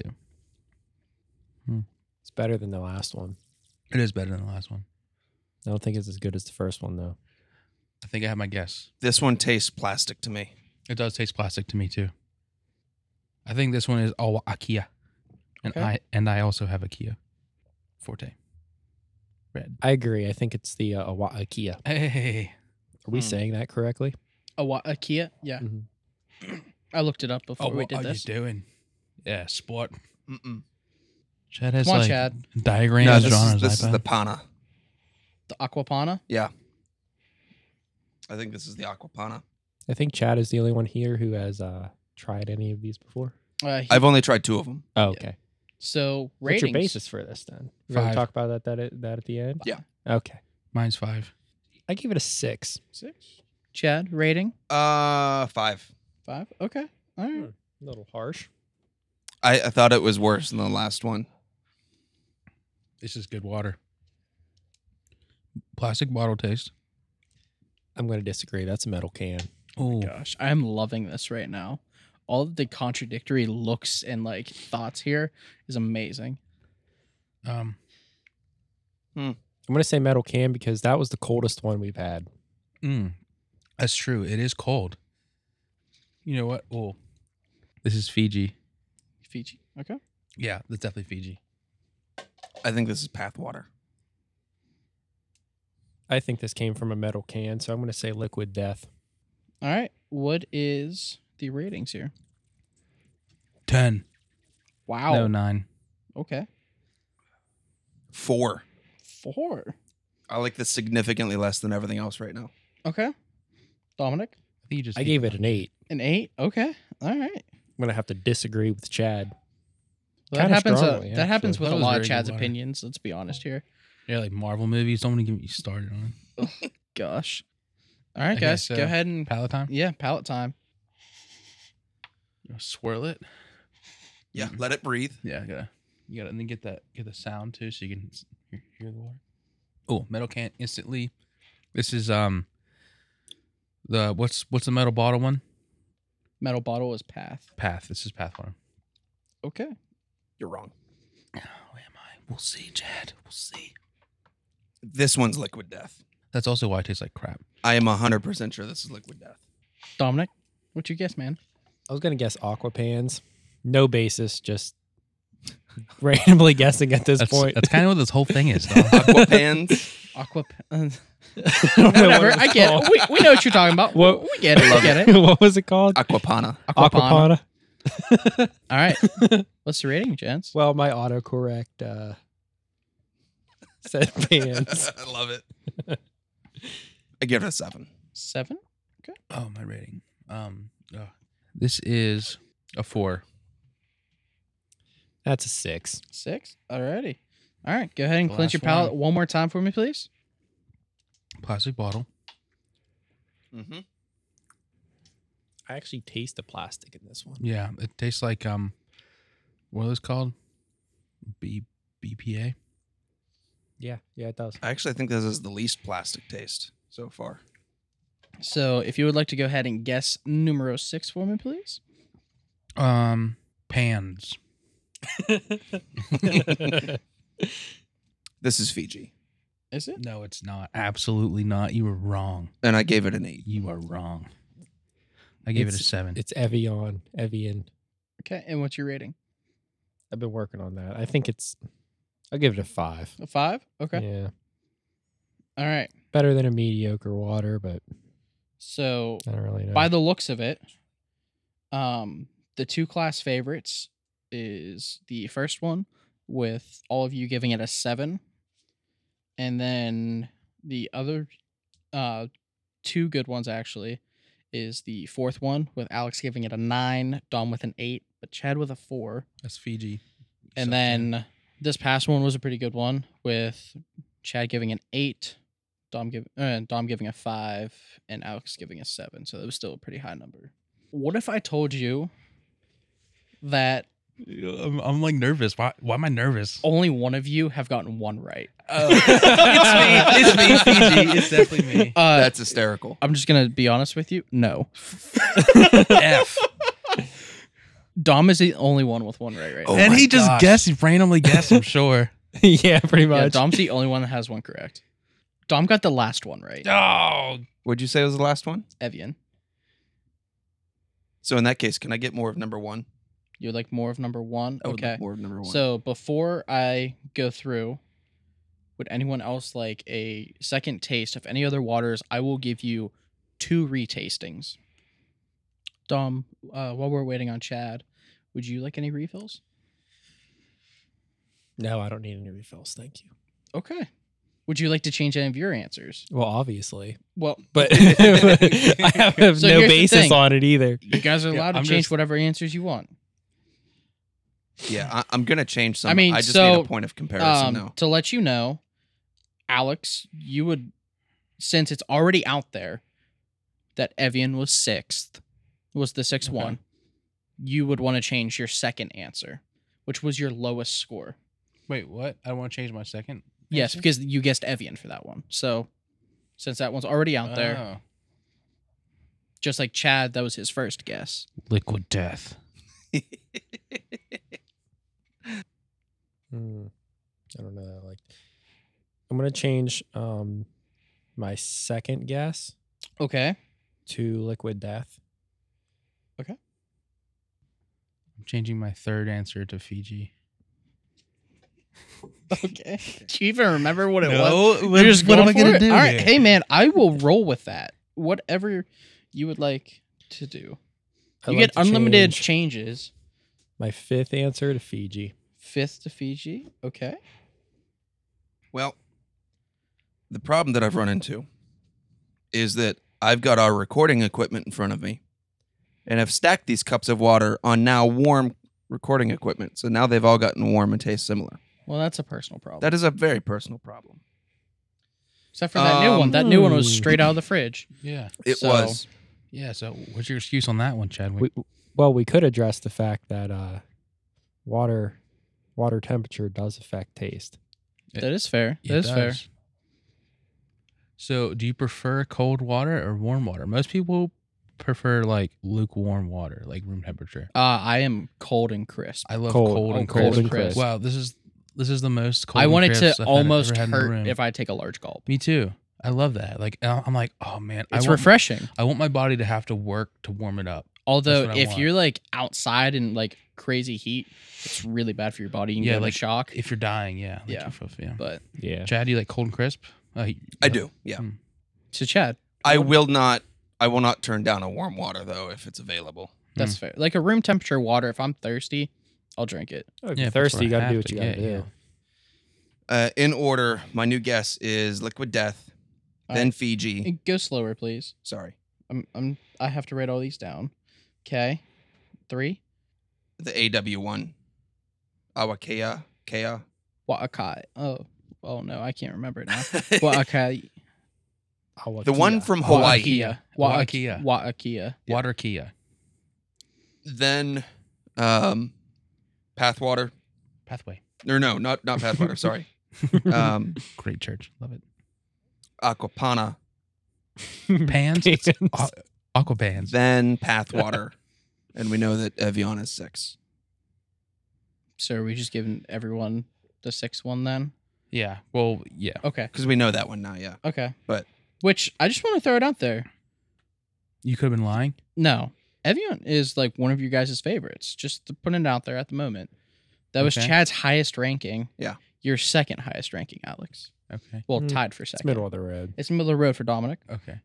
Speaker 3: Dew?
Speaker 4: It's better than the last one.
Speaker 3: It is better than the last one.
Speaker 4: I don't think it's as good as the first one though.
Speaker 3: I think I have my guess.
Speaker 1: This one tastes plastic to me.
Speaker 3: It does taste plastic to me too. I think this one is Awa Akia, and
Speaker 2: Okay.
Speaker 3: I and I also have Akia Forte Red.
Speaker 4: I agree. I think it's the uh, Awa- IKEA.
Speaker 3: Hey,
Speaker 4: Are we
Speaker 1: Hmm.
Speaker 4: saying that correctly?
Speaker 2: Awa- IKEA? Yeah.
Speaker 4: Mhm.
Speaker 2: I looked it up
Speaker 4: Oh,
Speaker 2: before we
Speaker 3: Oh, what
Speaker 2: did
Speaker 4: uh,
Speaker 3: are
Speaker 2: this.
Speaker 3: you doing? Yeah, sport.
Speaker 1: Mm-mm.
Speaker 3: Chad has
Speaker 2: Come on,
Speaker 3: like
Speaker 2: Chad.
Speaker 3: diagrams
Speaker 1: No,
Speaker 3: drawn on
Speaker 1: this, is,
Speaker 3: his
Speaker 1: this
Speaker 3: iPad.
Speaker 1: is the pana.
Speaker 2: The Aquapana?
Speaker 1: I think this is the aquapana.
Speaker 4: I think Chad is the only one here who has uh, tried any of these before.
Speaker 2: Uh, he-
Speaker 1: I've only tried two of them.
Speaker 4: Oh, okay.
Speaker 2: so
Speaker 4: What's
Speaker 2: ratings.
Speaker 4: your basis for this then? We're going
Speaker 3: Five.
Speaker 4: to talk about that, that at, that at the end?
Speaker 1: Yeah.
Speaker 4: Okay.
Speaker 3: Mine's five.
Speaker 4: I give it a six.
Speaker 2: Six. Chad, rating?
Speaker 1: Uh, five.
Speaker 2: Five. Okay. All
Speaker 4: A
Speaker 2: right.
Speaker 4: little harsh.
Speaker 1: I, I thought it was worse than the last one.
Speaker 3: This is good water. Plastic bottle taste.
Speaker 4: I'm going to disagree. That's a metal can.
Speaker 3: Oh,
Speaker 2: Gosh, I'm loving this right now. All of the contradictory looks and like thoughts here is amazing.
Speaker 3: um,
Speaker 4: I'm going to say metal can because that was the coldest one we've had.
Speaker 3: mm, that's true. It is cold. You know what? Oh, this is Fiji.
Speaker 2: Fiji. Okay.
Speaker 3: Yeah, that's definitely Fiji.
Speaker 1: I think this is Pathwater.
Speaker 4: I think this came from a metal can, so I'm going to say liquid death.
Speaker 2: All right. What is the ratings here?
Speaker 3: Ten.
Speaker 2: Wow.
Speaker 3: No, nine.
Speaker 2: Okay.
Speaker 1: Four.
Speaker 2: Four.
Speaker 1: I like this significantly less than everything else right now.
Speaker 2: Okay. Dominic,
Speaker 3: I think you just
Speaker 4: I
Speaker 3: need-
Speaker 4: gave it an eight.
Speaker 2: an eight. Okay. All right.
Speaker 4: I'm gonna have to disagree with Chad.
Speaker 2: Well, that
Speaker 4: Kinda
Speaker 2: happens. uh,
Speaker 4: strongly,
Speaker 2: that happens
Speaker 4: actually.
Speaker 2: with
Speaker 3: That
Speaker 2: a
Speaker 3: was
Speaker 2: lot of
Speaker 3: very
Speaker 2: Chad's
Speaker 3: good, Wyatt.
Speaker 2: opinions. Let's be honest here.
Speaker 3: Yeah, like Marvel movies. Don't want to get me started on
Speaker 2: Gosh. All right,
Speaker 3: Okay,
Speaker 2: guys.
Speaker 3: so-
Speaker 2: Go ahead and
Speaker 3: pallet time.
Speaker 2: yeah, pallet time.
Speaker 3: You wanna swirl it.
Speaker 1: Yeah, let it breathe.
Speaker 3: Yeah, I gotta. You gotta, and then get that, get the sound too, so you can s- hear, hear the water. Oh, metal can instantly. This is um. The what's what's the metal bottle one?
Speaker 2: Metal bottle is path.
Speaker 3: Path. This is path water.
Speaker 2: Okay.
Speaker 1: You're wrong.
Speaker 3: Oh, am I? We'll see, Chad. We'll see.
Speaker 1: This one's liquid death.
Speaker 3: That's also why it tastes like crap.
Speaker 1: I am 100% sure this is liquid death.
Speaker 2: Dominic, what you guess, man?
Speaker 4: I was gonna guess Aquapans. No basis, just randomly guessing at this
Speaker 3: That's,
Speaker 4: point.
Speaker 3: that's kind of what this whole thing is. Though.
Speaker 1: Aquapans.
Speaker 2: Aqua. Uh,
Speaker 4: I don't know what
Speaker 2: whatever.
Speaker 4: it was
Speaker 2: I get.
Speaker 4: called.
Speaker 2: It. We, we know what you're talking about.
Speaker 4: What-
Speaker 2: we get it. We get it.
Speaker 4: what was it called?
Speaker 1: Aquapana.
Speaker 2: Aquapana.
Speaker 4: Aquapana.
Speaker 2: All right. What's the rating, gents?
Speaker 4: Well, my autocorrect uh, said pans.
Speaker 1: I love it. I give it a seven.
Speaker 2: Seven.
Speaker 3: Oh, my rating. Um, ugh. this is a four.
Speaker 4: That's a six.
Speaker 2: Six. Alrighty. All right. Go ahead and
Speaker 3: The
Speaker 2: cleanse your
Speaker 3: last one.
Speaker 2: palate one more time for me, please.
Speaker 3: Plastic bottle.
Speaker 1: Mm-hmm.
Speaker 4: I actually taste the plastic in this one.
Speaker 3: Yeah, it tastes like um, what are those called? B BPA.
Speaker 4: Yeah, yeah, it does.
Speaker 1: I actually think this is the least plastic taste so far.
Speaker 2: So, if you would like to go ahead and guess numero six for me, please.
Speaker 3: Um, pans.
Speaker 1: This is Fiji.
Speaker 2: Is it?
Speaker 3: No, it's not. Absolutely not. You were wrong.
Speaker 1: And I gave it an eight.
Speaker 3: You are wrong. I gave it a seven.
Speaker 4: it's Evian. Evian.
Speaker 2: Okay. And what's your rating?
Speaker 4: I've been working on that. I think it's. I'll give it a five.
Speaker 2: A five. Okay.
Speaker 4: Yeah,
Speaker 2: All right.
Speaker 4: better than a mediocre water, but
Speaker 2: So,
Speaker 4: I don't really know.
Speaker 2: by the looks of it, um, the two class favorites is the first one with all of you giving it a seven, and then the other uh, two good ones actually is the fourth one with Alex giving it a nine, Dom with an eight, but Chad with a four,
Speaker 3: That's Fiji.
Speaker 2: and then this past one was a pretty good one with Chad giving an eight. Dom give, uh, Dom giving a five and Alex giving a seven, so that was still a pretty high number. What if I told you that
Speaker 3: I'm, I'm like nervous. Why? Why am I nervous?
Speaker 2: only one of you have gotten one right?
Speaker 1: Oh.
Speaker 3: it's me. It's me. Fiji. It's definitely me.
Speaker 2: Uh,
Speaker 1: That's hysterical.
Speaker 2: I'm just gonna be honest with you. No,
Speaker 3: F.
Speaker 2: Dom is the only one with one right right.
Speaker 1: Oh
Speaker 2: now.
Speaker 3: and
Speaker 1: my
Speaker 3: he just
Speaker 1: gosh.
Speaker 3: guessed, randomly guessed. I'm sure.
Speaker 4: yeah, pretty
Speaker 2: Yeah,
Speaker 4: much.
Speaker 2: Dom's the only one that has one correct. Dom got the last one right.
Speaker 3: Oh,
Speaker 1: Would you say was the last one?
Speaker 2: Evian,
Speaker 1: So in that case, can I get more of number one?
Speaker 2: you would like more of number one?
Speaker 1: I would like
Speaker 2: Okay.
Speaker 1: More of number one.
Speaker 2: So before I go through, would anyone else like a second taste of any other waters? I will give you two retastings. Dom, uh, while we're waiting on Chad, would you like any refills?
Speaker 4: no, I don't need any refills. Thank you.
Speaker 2: Okay. Would you like to change any of your answers?
Speaker 4: Well, obviously,
Speaker 2: Well,
Speaker 4: but I have, have
Speaker 2: So here's
Speaker 4: no
Speaker 2: the
Speaker 4: basis
Speaker 2: thing.
Speaker 4: on it either.
Speaker 2: you guys are
Speaker 3: Yeah,
Speaker 2: allowed
Speaker 3: I'm
Speaker 2: to change
Speaker 3: just-
Speaker 2: whatever answers you want.
Speaker 1: yeah, I, I'm gonna change some.
Speaker 2: I mean,
Speaker 1: I just
Speaker 2: so,
Speaker 1: need a point of comparison
Speaker 2: um,
Speaker 1: now.
Speaker 2: To let you know, Alex, you would, since it's already out there that Evian was sixth, was the sixth
Speaker 4: Okay.
Speaker 2: one, you would want to change your second answer, which was your lowest score.
Speaker 3: wait. What? I want to change my second.
Speaker 2: Yes,
Speaker 3: answer?
Speaker 2: because you guessed Evian for that one. So since that one's already out there,
Speaker 3: Oh.
Speaker 2: just like Chad, that was his first guess.
Speaker 3: Liquid death.
Speaker 4: Hmm. I don't know. Like, I'm gonna change um my second guess
Speaker 2: Okay.
Speaker 4: to liquid death.
Speaker 3: I'm changing my third answer to Fiji.
Speaker 2: Okay. Do you even remember what it was?
Speaker 3: what,
Speaker 2: You're just going
Speaker 3: am I
Speaker 2: for
Speaker 3: gonna
Speaker 2: it?
Speaker 3: do?
Speaker 2: All right,
Speaker 3: here?
Speaker 2: hey man, I will roll with that. Whatever you would like to do,
Speaker 4: I'd
Speaker 2: you
Speaker 4: like
Speaker 2: get
Speaker 4: to
Speaker 2: unlimited
Speaker 4: change
Speaker 2: changes
Speaker 4: My fifth answer to Fiji.
Speaker 2: Fifth to Fiji. Okay.
Speaker 1: Well, the problem that I've run into is that I've got our recording equipment in front of me and I've stacked these cups of water on now warm recording equipment. So now they've all gotten warm and taste similar.
Speaker 2: Well, that's a personal problem.
Speaker 1: That is a very personal problem.
Speaker 2: Except for that new one. That new one was straight out of the fridge.
Speaker 3: Yeah.
Speaker 1: It
Speaker 2: So-
Speaker 1: was.
Speaker 3: Yeah. So what's your excuse on that one, Chadwick?
Speaker 4: We, well, we could address the fact that uh, water water temperature does affect taste.
Speaker 3: It-
Speaker 2: that is fair.
Speaker 3: It
Speaker 2: That is fair.
Speaker 3: does. So, do you prefer cold water or warm water? Most people prefer like lukewarm water, like room temperature.
Speaker 2: Uh, I am cold and crisp.
Speaker 3: I love
Speaker 4: Cold.
Speaker 3: cold, and
Speaker 4: Oh,
Speaker 3: crisp.
Speaker 4: cold and crisp.
Speaker 3: Wow, this is this is the most cold.
Speaker 2: I
Speaker 3: and
Speaker 2: want it
Speaker 3: crisp
Speaker 2: to
Speaker 3: I've had-
Speaker 2: almost
Speaker 3: ever had in a
Speaker 2: hurt
Speaker 3: room.
Speaker 2: if I take a large gulp.
Speaker 3: Me too. I love that. Like I- I'm like, oh man, I
Speaker 2: It's
Speaker 3: want,
Speaker 2: refreshing.
Speaker 3: I want my body to have to work to warm it up.
Speaker 2: Although,
Speaker 3: what I
Speaker 2: if
Speaker 3: want.
Speaker 2: you're like outside in like crazy heat, it's really bad for your body. You can
Speaker 3: Yeah,
Speaker 2: get like
Speaker 3: like,
Speaker 2: shock.
Speaker 3: If you're dying, yeah, like
Speaker 2: Yeah.
Speaker 3: you're filf- yeah.
Speaker 2: But
Speaker 4: Yeah.
Speaker 3: Chad, do you like cold and crisp? Uh, you-
Speaker 1: I do. Yeah.
Speaker 2: to Chad,
Speaker 1: I will not I will not turn down a warm water though if it's available.
Speaker 3: Mm.
Speaker 2: that's fair. Like a room temperature water. If I'm thirsty, I'll drink it.
Speaker 4: Oh, if
Speaker 3: Yeah,
Speaker 4: you're
Speaker 3: if that's
Speaker 4: thirsty, you
Speaker 3: what I
Speaker 4: got to do
Speaker 3: have
Speaker 4: what
Speaker 3: to
Speaker 4: you got to
Speaker 3: get,
Speaker 4: do.
Speaker 3: yeah.
Speaker 1: Uh, in order, my new guess is Liquid Death,
Speaker 2: All
Speaker 1: then
Speaker 2: right.
Speaker 1: Fiji.
Speaker 2: Uh, Go slower, please.
Speaker 1: Sorry.
Speaker 2: I'm I'm I have to write all these down. Okay, three.
Speaker 1: The AW one. Awakea. Kea.
Speaker 2: Waakai. Oh, oh no, I can't remember it now. Waakai.
Speaker 4: I'll
Speaker 1: the
Speaker 4: look
Speaker 1: one
Speaker 4: to
Speaker 1: from Hawaii.
Speaker 2: Wa'akia.
Speaker 3: Wa'akia.
Speaker 2: Wa'akia. Wa'akia.
Speaker 3: Water Kia,
Speaker 1: Then um Pathwater.
Speaker 3: pathway,
Speaker 1: Or no, not not Pathwater, sorry. Um
Speaker 3: great church, love it.
Speaker 1: Aquapana.
Speaker 4: you.
Speaker 3: Pans, it's
Speaker 4: Pans.
Speaker 3: aqu- aqua pans.
Speaker 1: Then Pathwater. and we know that Evian is six.
Speaker 2: So are we just giving everyone the sixth one then?
Speaker 3: Yeah. Well, yeah.
Speaker 2: Okay.
Speaker 1: Because we know that one now, yeah.
Speaker 2: Okay.
Speaker 1: But-
Speaker 2: which I just want to throw it out there.
Speaker 3: You could have been lying.
Speaker 2: No, Evian is like one of you guys' favorites. Just to put it out there at the moment. That was
Speaker 3: Okay.
Speaker 2: Chad's highest ranking.
Speaker 1: Yeah.
Speaker 2: Your second highest ranking, Alex.
Speaker 3: Okay.
Speaker 2: Well,
Speaker 4: Mm,
Speaker 2: tied for
Speaker 4: It's
Speaker 2: second.
Speaker 4: middle of the road.
Speaker 2: It's middle of the road for Dominic.
Speaker 3: Okay.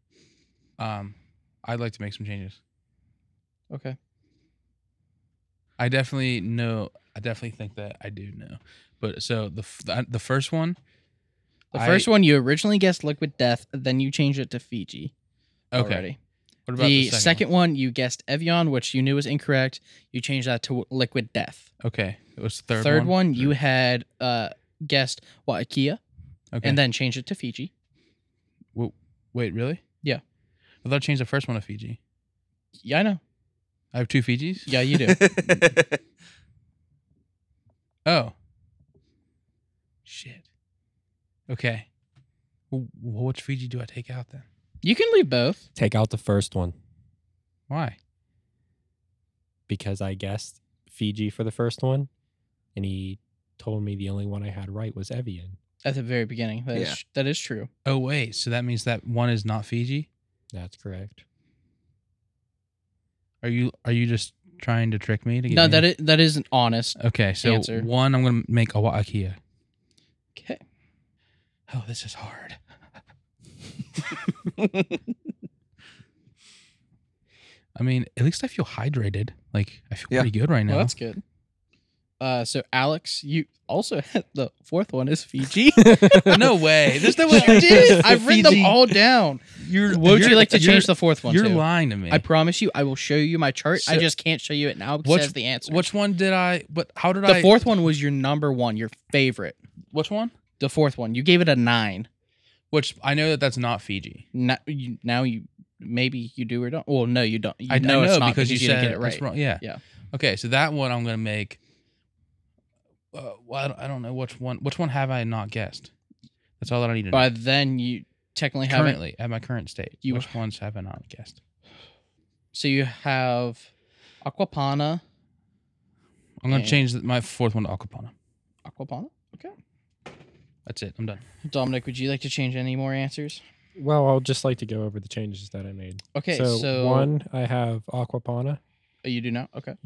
Speaker 3: Um, I'd like to make some changes.
Speaker 2: Okay.
Speaker 3: I definitely know. I definitely think that I do know. But so the f- the, the first one,
Speaker 2: The
Speaker 3: I-
Speaker 2: first one you originally guessed Liquid Death, then you changed it to Fiji.
Speaker 3: Okay.
Speaker 2: Already.
Speaker 3: What about
Speaker 2: The,
Speaker 3: the,
Speaker 2: second,
Speaker 3: second?
Speaker 2: one? you guessed Evian, which you knew was incorrect. You changed that to Liquid Death.
Speaker 3: one? Okay. It was the
Speaker 2: Third,
Speaker 3: third.
Speaker 2: one, you had uh, guessed Waikia
Speaker 3: Okay.
Speaker 2: and then changed it to Fiji.
Speaker 3: Wo- wait, really?
Speaker 2: Yeah.
Speaker 3: I thought I changed the first one to Fiji.
Speaker 2: Yeah, I know.
Speaker 3: I have two Fijis.
Speaker 2: Yeah, you do.
Speaker 3: Oh. Shit. Okay. Well, which Fiji do I take out then?
Speaker 2: you can leave both.
Speaker 4: Take out the first one
Speaker 3: Why?
Speaker 4: because I guessed Fiji for the first one, and he told me the only one I had right was Evian.
Speaker 2: At the very beginning. That is
Speaker 1: Yeah.
Speaker 2: that is true.
Speaker 3: Oh wait, so that means that one is not Fiji.
Speaker 4: That's correct.
Speaker 3: Are you are you just trying to trick me to get
Speaker 2: No,
Speaker 3: me-
Speaker 2: that is, that isn't honest.
Speaker 3: Okay, so
Speaker 2: Answer.
Speaker 3: one I'm gonna make a Wa'akia.
Speaker 2: Okay.
Speaker 3: Oh, this is hard. I mean, at least I feel hydrated. Like I feel
Speaker 1: Yeah.
Speaker 3: pretty good right now.
Speaker 2: Well, that's good. Uh, so Alex, you also had the fourth one is Fiji.
Speaker 3: no way. There's no way
Speaker 2: you
Speaker 3: I
Speaker 2: did.
Speaker 3: did.
Speaker 2: I've written them all down.
Speaker 3: You're,
Speaker 2: Would you
Speaker 3: you're-
Speaker 2: like to
Speaker 3: you're-
Speaker 2: change the fourth one?
Speaker 3: You're
Speaker 2: to?
Speaker 3: lying to me.
Speaker 2: I promise you, I will show you my chart. I
Speaker 3: So-
Speaker 2: just can't show you it now because
Speaker 3: Which-
Speaker 2: I have the answer.
Speaker 3: which one did I? But how did
Speaker 2: the
Speaker 3: I?
Speaker 2: fourth one was your number one, your favorite.
Speaker 3: Which one?
Speaker 2: The fourth one, you gave it a nine.
Speaker 3: Which I know that that's not Fiji.
Speaker 2: Now you, now you maybe you do or don't. Well, no, you don't. You
Speaker 3: I
Speaker 2: know,
Speaker 3: I know
Speaker 2: it's not
Speaker 3: because, you
Speaker 2: didn't
Speaker 3: said
Speaker 2: get it
Speaker 3: that's
Speaker 2: right.
Speaker 3: wrong. Yeah.
Speaker 2: Yeah.
Speaker 3: Okay, so that one I'm gonna make. Uh, well, I don't, I don't know which one. Which one have I not guessed? That's all that I need to know.
Speaker 2: By then, you technically haven't.
Speaker 3: currently at my current state.
Speaker 2: You-
Speaker 3: which ones have I not guessed?
Speaker 2: So you have Aquapana.
Speaker 3: I'm gonna
Speaker 2: Yeah.
Speaker 3: change th- my fourth one to Acapana.
Speaker 2: Aquapana. Okay.
Speaker 3: That's it. I'm done.
Speaker 2: Dominic, would you like to change any more answers?
Speaker 4: Well, I'll just like to go over the changes that I made.
Speaker 2: Okay. So,
Speaker 4: so, one, I have Aquapana.
Speaker 2: oh, you do now. Okay.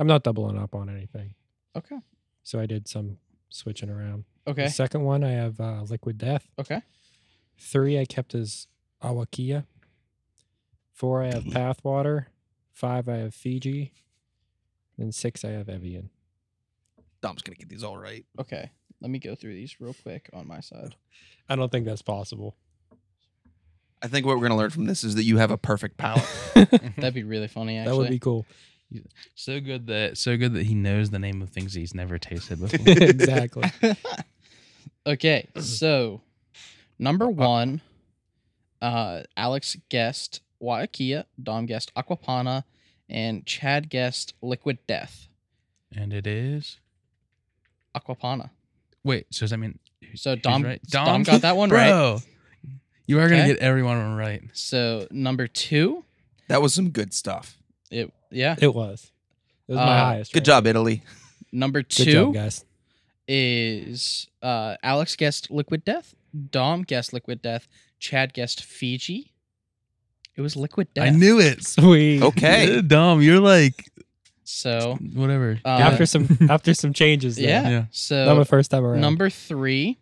Speaker 4: I'm not doubling up on anything,
Speaker 2: Okay.
Speaker 4: so I did some switching around.
Speaker 2: Okay.
Speaker 4: The second one, I have uh, Liquid Death.
Speaker 2: Okay.
Speaker 4: Three, I kept as Awakia.
Speaker 2: Mm-hmm.
Speaker 4: Four, I have Pathwater. Five, I have Fiji. Then six, I have Evian.
Speaker 1: Dom's gonna get these all right.
Speaker 2: Okay, let me go through these real quick on my side.
Speaker 4: I don't think that's possible.
Speaker 1: I think what we're gonna learn from this is that you have a perfect palate.
Speaker 4: that
Speaker 2: That'd be really funny. Actually,
Speaker 4: would be cool.
Speaker 3: so good that so good that he knows the name of things he's never tasted before.
Speaker 4: exactly.
Speaker 2: okay, so
Speaker 4: uh.
Speaker 2: number one, uh, Alex guessed Waikia, Dom guessed Aquapana, and Chad guessed Liquid Death.
Speaker 3: and it is.
Speaker 2: Aquapana.
Speaker 3: Wait, so does that mean
Speaker 2: So
Speaker 3: who's
Speaker 2: Dom,
Speaker 3: right?
Speaker 2: Dom, got that one right.
Speaker 3: Bro, you are gonna
Speaker 2: Okay.
Speaker 3: get everyone right.
Speaker 2: So number two,
Speaker 1: that was some good stuff.
Speaker 2: it yeah.
Speaker 4: It was. It was my
Speaker 2: Uh,
Speaker 4: highest.
Speaker 1: Good
Speaker 4: rank.
Speaker 1: job, Italy.
Speaker 2: Number
Speaker 4: Good job,
Speaker 2: two
Speaker 4: guys.
Speaker 2: is uh, Alex guessed Liquid Death. Dom guessed Liquid Death. Chad guessed Fiji. It was Liquid Death.
Speaker 3: I knew it.
Speaker 4: Sweet.
Speaker 1: Okay.
Speaker 3: Dom, you're like
Speaker 2: So
Speaker 3: whatever.
Speaker 2: Uh,
Speaker 3: Got
Speaker 4: After
Speaker 3: it.
Speaker 4: some after some changes. There.
Speaker 2: yeah.
Speaker 3: Yeah.
Speaker 4: That
Speaker 2: So
Speaker 4: was my first time around.
Speaker 2: number three.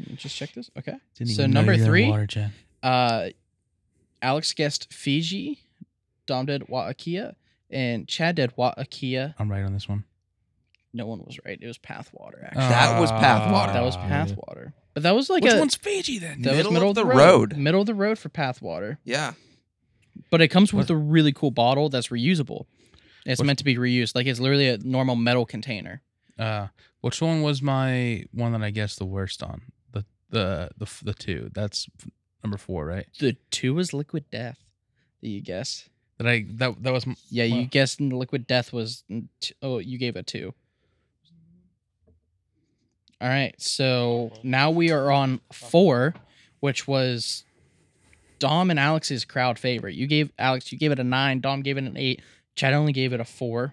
Speaker 2: Let me just check this. Okay.
Speaker 3: Didn't
Speaker 2: so
Speaker 3: even know
Speaker 2: number
Speaker 3: you had
Speaker 2: three-
Speaker 3: water, Jen.
Speaker 2: Uh, Alex guessed Fiji. Dom did Waikia, and Chad did Waikia.
Speaker 3: I'm right on this one.
Speaker 2: No one was right. It was Pathwater. Actually,
Speaker 1: That was Pathwater.
Speaker 2: Uh, that was
Speaker 3: Ah.
Speaker 2: Pathwater. But that was like
Speaker 3: Uh, Which
Speaker 2: a
Speaker 3: one's Fiji then?
Speaker 2: that was
Speaker 1: Middle
Speaker 2: middle
Speaker 1: of
Speaker 2: of the,
Speaker 1: the
Speaker 2: road.
Speaker 1: road.
Speaker 2: Middle of the road for Pathwater.
Speaker 1: Yeah.
Speaker 2: But it comes with
Speaker 3: What-
Speaker 2: a really cool bottle that's reusable. It's
Speaker 3: What-
Speaker 2: meant to be reused. Like it's literally a normal metal container.
Speaker 3: Uh, which one was my one that I guessed the worst on? The the the f- the two. That's f- number four, right?
Speaker 2: The two is liquid death. That you guessed.
Speaker 3: That I that that was m-
Speaker 2: Yeah, you
Speaker 3: Wow.
Speaker 2: guessed n- liquid death was. n- t- Oh, you gave a two. All right, so now we are on four, which was Dom and Alex's crowd favorite. You gave Alex, you gave it a nine. Dom gave it an eight. Chad only gave it a four.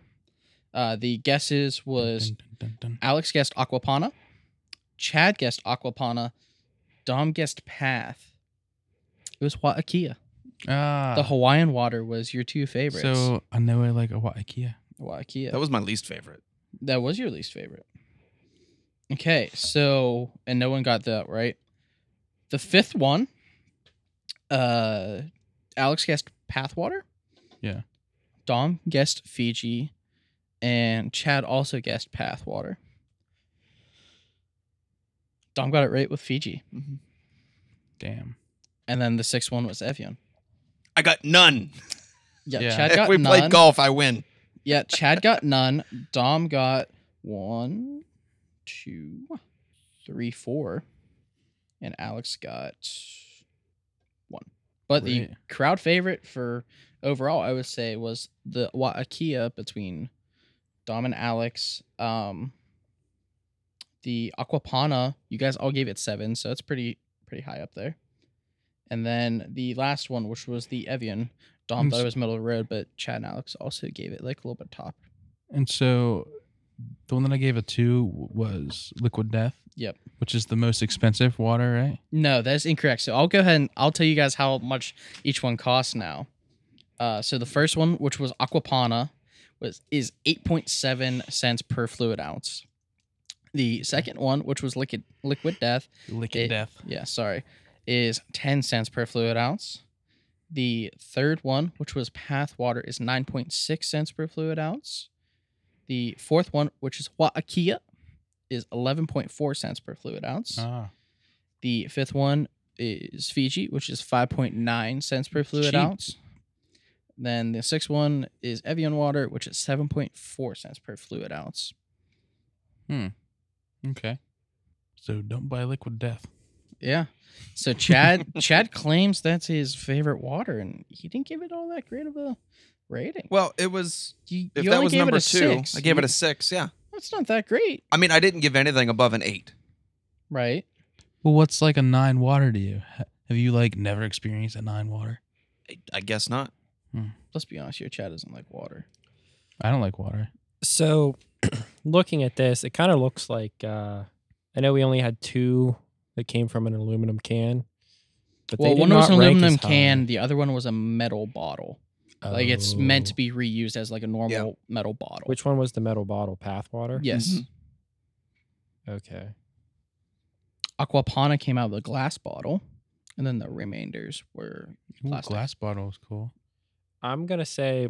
Speaker 2: Uh, the guesses was
Speaker 3: dun, dun, dun,
Speaker 2: Alex guessed Aquapana. Chad guessed Aquapana. Dom guessed Path. It was Waikia.
Speaker 3: dun. Ah,
Speaker 2: The Hawaiian water was your two favorites.
Speaker 3: So I know I like a wa- IKEA.
Speaker 2: Waikia.
Speaker 1: That was my least favorite.
Speaker 2: That was your least favorite. Okay, so and no one got that right. The fifth one, uh, Alex guessed Pathwater.
Speaker 3: Yeah.
Speaker 2: Dom guessed Fiji, and Chad also guessed Pathwater. Dom got it right with Fiji,
Speaker 3: Damn.
Speaker 2: and then the sixth one was Evian.
Speaker 1: I got none.
Speaker 2: Yeah,
Speaker 3: Yeah.
Speaker 2: Chad
Speaker 1: if
Speaker 2: got
Speaker 1: we
Speaker 2: none.
Speaker 1: played golf, I win.
Speaker 2: Yeah, Chad got none. Dom got one, two, three, four. And Alex got one. But the
Speaker 3: Right.
Speaker 2: crowd favorite for overall, I would say, was the Waikia between Dom and Alex. Um, the Aquapana, you guys all gave it seven, so that's pretty pretty high up there. And then the last one, which was the Evian, Dom
Speaker 3: And
Speaker 2: thought
Speaker 3: s-
Speaker 2: it was middle of the road, but Chad and Alex also gave it like a little bit top.
Speaker 3: And so the one that I gave a two w- was Liquid Death.
Speaker 2: Yep.
Speaker 3: Which is the most expensive water, right?
Speaker 2: No, that's incorrect. So I'll go ahead and I'll tell you guys how much each one costs now. Uh, so the first one, which was Aquapana, was is eight point seven cents per fluid ounce. The second one, which was liquid liquid death,
Speaker 3: Liquid
Speaker 2: It-
Speaker 3: Death.
Speaker 2: yeah, sorry, is 10 cents per fluid ounce. The third one, which was Path Water, is 9.6 cents per fluid ounce. The fourth one, which is Waikia, is 11.4 cents per fluid ounce.
Speaker 3: Ah,
Speaker 2: The fifth one is Fiji, which is 5.9 cents per fluid
Speaker 3: Cheap.
Speaker 2: ounce. Then the sixth one is Evian water, which is 7.4 cents per fluid ounce.
Speaker 3: okay. So don't buy Liquid Death.
Speaker 2: Yeah. So Chad Chad claims that's his favorite water, and he didn't give it all that great of a rating.
Speaker 1: Well, it was
Speaker 2: You,
Speaker 1: if
Speaker 2: you
Speaker 1: that
Speaker 2: only
Speaker 1: was
Speaker 2: gave
Speaker 1: number
Speaker 2: it
Speaker 1: two,
Speaker 2: a six.
Speaker 1: I gave it
Speaker 2: You-
Speaker 1: a six. Yeah.
Speaker 2: That's not that great,
Speaker 1: I mean, I didn't give anything above an eight.
Speaker 2: right?
Speaker 3: Well, what's like a nine water to you? Ha- Have you like never experienced a nine water?
Speaker 1: I- I guess not.
Speaker 2: Let's be honest here. Chad doesn't like water.
Speaker 3: I don't like water.
Speaker 4: So, looking at this, it kind of looks like uh, I know we only had two that came from an aluminum can. But they
Speaker 2: well,
Speaker 4: did
Speaker 2: one was
Speaker 4: not
Speaker 2: an
Speaker 4: rank as
Speaker 2: aluminum
Speaker 4: high.
Speaker 2: can. The other one was a metal bottle. Like it's meant to
Speaker 4: Oh.
Speaker 2: be reused as like a normal metal bottle.
Speaker 4: Which one was the metal bottle? Pathwater.
Speaker 2: yes,
Speaker 1: Mhm.
Speaker 4: Mm-hmm. Okay.
Speaker 2: Aquapana came out with a glass bottle, and then the remainders were
Speaker 3: Ooh,
Speaker 2: Plastic.
Speaker 3: glass bottle is cool.
Speaker 4: I'm gonna say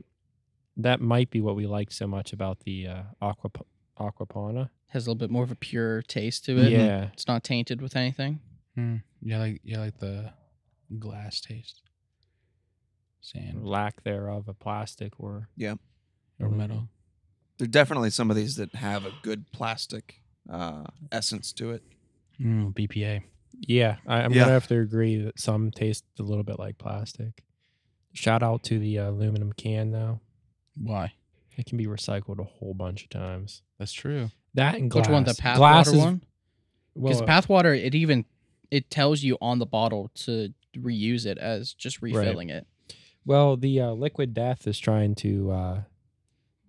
Speaker 4: that might be what we liked so much about the uh, aqua aquapana.
Speaker 2: Has a little bit more of a pure taste to it.
Speaker 4: Yeah,
Speaker 2: It's not tainted with anything.
Speaker 3: Mm. Yeah, like yeah, like the glass taste, sand
Speaker 4: lack thereof a plastic or
Speaker 3: or
Speaker 4: Mhm.
Speaker 3: metal.
Speaker 1: There are definitely some of these that have a good plastic uh, essence to it.
Speaker 3: Mm, BPA.
Speaker 4: yeah. I, I'm
Speaker 1: Yeah.
Speaker 4: gonna have to agree that some taste a little bit like plastic. Shout out to the uh, aluminum can though;
Speaker 3: Why?
Speaker 4: it can be recycled a whole bunch of times.
Speaker 3: That's true.
Speaker 4: That and glass.
Speaker 2: Which one? The path
Speaker 4: glass
Speaker 2: water
Speaker 4: is-
Speaker 2: one? Because
Speaker 4: Well, uh,
Speaker 2: pathwater, it even it tells you on the bottle to reuse it as just refilling it.
Speaker 4: well, the uh, liquid death is trying to uh,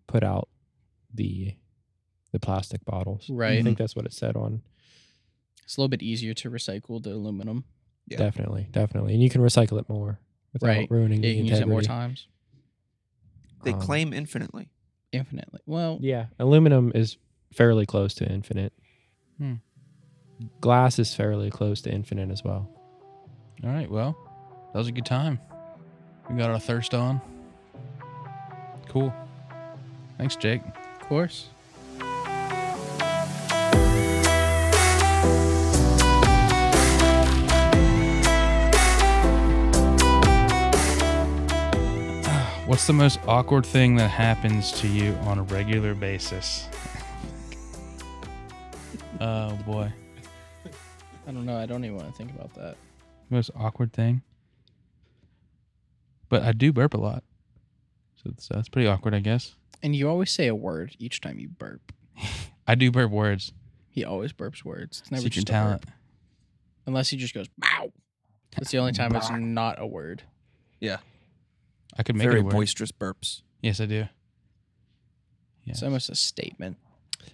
Speaker 4: put out the the plastic bottles. I
Speaker 2: Right.
Speaker 4: think that's what it said on.
Speaker 2: It's a little bit easier to recycle the aluminum.
Speaker 1: Yeah.
Speaker 4: Definitely, definitely, and you can recycle it more without
Speaker 2: Right.
Speaker 4: ruining the
Speaker 2: Yeah, you can use
Speaker 4: integrity.
Speaker 2: it more times.
Speaker 1: They
Speaker 4: Um,
Speaker 1: claim infinitely.
Speaker 2: Infinitely. Well,
Speaker 4: Yeah, aluminum is fairly close to infinite.
Speaker 3: Hmm.
Speaker 4: Glass is fairly close to infinite as well.
Speaker 3: All right. Well, that was a good time. We got our thirst on. Cool. Thanks, Jake.
Speaker 2: of course.
Speaker 3: What's the most awkward thing that happens to you on a regular basis? oh boy.
Speaker 2: I don't know. I don't even want to think about that.
Speaker 3: most awkward thing. But I do burp a lot. So, so that's pretty awkward, I guess.
Speaker 2: And you always say a word each time you burp.
Speaker 3: I do burp words.
Speaker 2: He always burps words. It's never
Speaker 3: Secret
Speaker 2: just a burp.
Speaker 3: talent.
Speaker 2: Unless he just goes bow. That's the only time it's not a word.
Speaker 3: I could make
Speaker 1: Very
Speaker 3: it a word.
Speaker 1: boisterous burps.
Speaker 3: Yes, I do. Yes.
Speaker 2: It's almost a statement.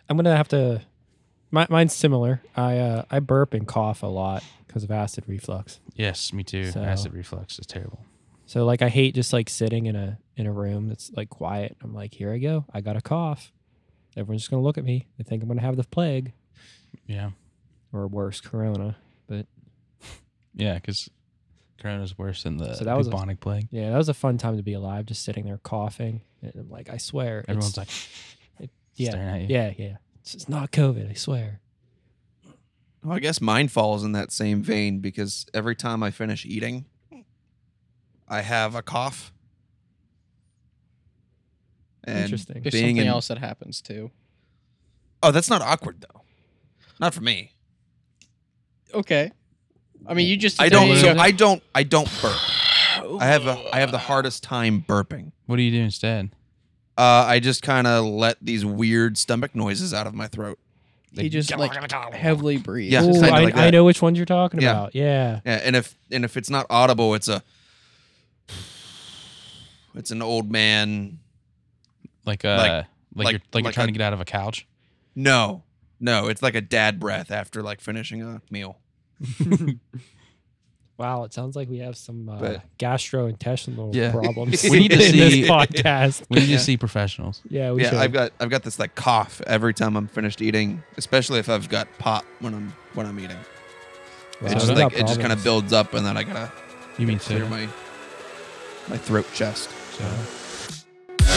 Speaker 4: I'm gonna have to. My, mine's similar. I uh, I burp and cough a lot because of acid reflux.
Speaker 3: yes, me too.
Speaker 4: So-
Speaker 3: Acid reflux is terrible.
Speaker 4: So like I hate just like sitting in a in a room that's like quiet. I'm like, here I go. I got a cough. Everyone's just gonna look at me. They think I'm gonna have the plague
Speaker 3: Yeah.
Speaker 4: or worse, corona.
Speaker 3: Yeah, because corona's worse than the
Speaker 4: So that was a-
Speaker 3: bubonic plague.
Speaker 4: Yeah, that was a fun time to be alive. Just sitting there coughing. And I'm like, I swear. it's-
Speaker 3: Everyone's like
Speaker 4: yeah,
Speaker 3: staring at you.
Speaker 4: yeah, yeah. It's, it's not COVID. I swear.
Speaker 1: Well, I guess mine falls in that same vein because every time I finish eating, I have a cough. And
Speaker 4: Interesting.
Speaker 2: There's
Speaker 1: Being
Speaker 2: something
Speaker 1: in-
Speaker 2: else that happens too.
Speaker 1: Oh, that's not awkward though. Not for me.
Speaker 2: Okay. I mean, you just
Speaker 1: I don't.
Speaker 2: today-
Speaker 1: So I don't. I don't burp. I have a. I have the hardest time burping.
Speaker 3: What do you do instead?
Speaker 1: Uh, I just kind of let these weird stomach noises out of my throat.
Speaker 2: he just like heavily breathes.
Speaker 1: Yeah,
Speaker 4: Ooh,
Speaker 1: kinda
Speaker 4: I,
Speaker 1: like
Speaker 4: I
Speaker 1: that.
Speaker 4: know which ones you're talking
Speaker 1: Yeah.
Speaker 4: about. Yeah.
Speaker 1: Yeah, and if and if it's not audible, it's a. It's an old man.
Speaker 3: Like uh like,
Speaker 1: like-
Speaker 3: you're like, you're
Speaker 1: like
Speaker 3: trying
Speaker 1: a-
Speaker 3: to get out of a couch.
Speaker 1: No, no, it's like a dad breath after like finishing a meal.
Speaker 4: Wow, it sounds like we have some uh,
Speaker 1: But-
Speaker 4: gastrointestinal
Speaker 3: Yeah.
Speaker 4: problems.
Speaker 3: We need to
Speaker 4: in this
Speaker 3: see-
Speaker 4: podcast.
Speaker 3: We need to
Speaker 1: Yeah.
Speaker 3: see professionals.
Speaker 4: Yeah, we
Speaker 1: yeah,
Speaker 4: should.
Speaker 1: I've got I've got this like cough every time I'm finished eating, especially if I've got pop when I'm when I'm eating.
Speaker 4: Wow,
Speaker 1: It
Speaker 4: we
Speaker 1: just
Speaker 4: got
Speaker 1: like it just kind of
Speaker 4: problems.
Speaker 1: builds up, and then I gotta
Speaker 3: You mean
Speaker 1: clear
Speaker 3: soda?
Speaker 1: my my throat chest.
Speaker 3: Soda.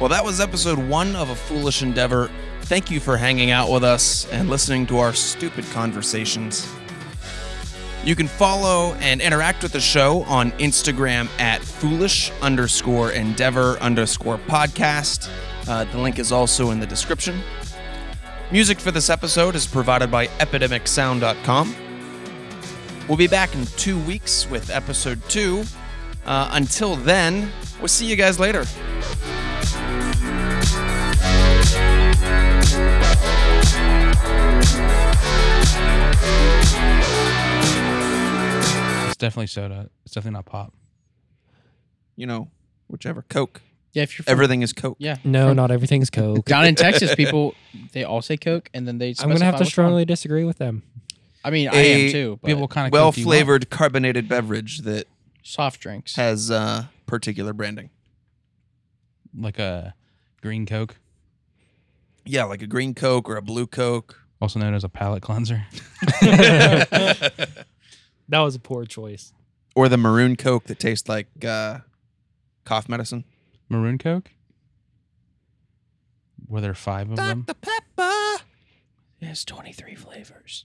Speaker 1: Well, that was episode one of A Foolish Endeavor. Thank you for hanging out with us and listening to our stupid conversations. You can follow and interact with the show on Instagram at foolish underscore endeavor underscore podcast. Uh, the link is also in the description. Music for this episode is provided by epidemicsound.com. We'll be back in two weeks with episode two. Uh, until then, we'll see you guys later.
Speaker 3: It's definitely soda. It's definitely not pop.
Speaker 1: you know, whichever Coke.
Speaker 2: Yeah, if you're from,
Speaker 1: Everything is Coke.
Speaker 2: Yeah.
Speaker 4: No, not everything's Coke.
Speaker 2: Down in Texas, people they all say Coke, and then they.
Speaker 4: I'm gonna have to
Speaker 2: specify which one.
Speaker 4: strongly disagree with them.
Speaker 2: I mean, I
Speaker 1: A-
Speaker 2: am too. But
Speaker 3: People kind of
Speaker 1: Well flavored carbonated beverage that
Speaker 2: soft drinks.
Speaker 1: has uh, particular branding.
Speaker 3: like a green Coke.
Speaker 1: Yeah, like a green Coke or a blue Coke.
Speaker 3: also known as a palate cleanser.
Speaker 4: That was a poor choice.
Speaker 1: or the maroon Coke that tastes like uh, cough medicine.
Speaker 3: Maroon Coke? Were there five of them?
Speaker 1: Dr. Pepper.
Speaker 2: It has 23 flavors.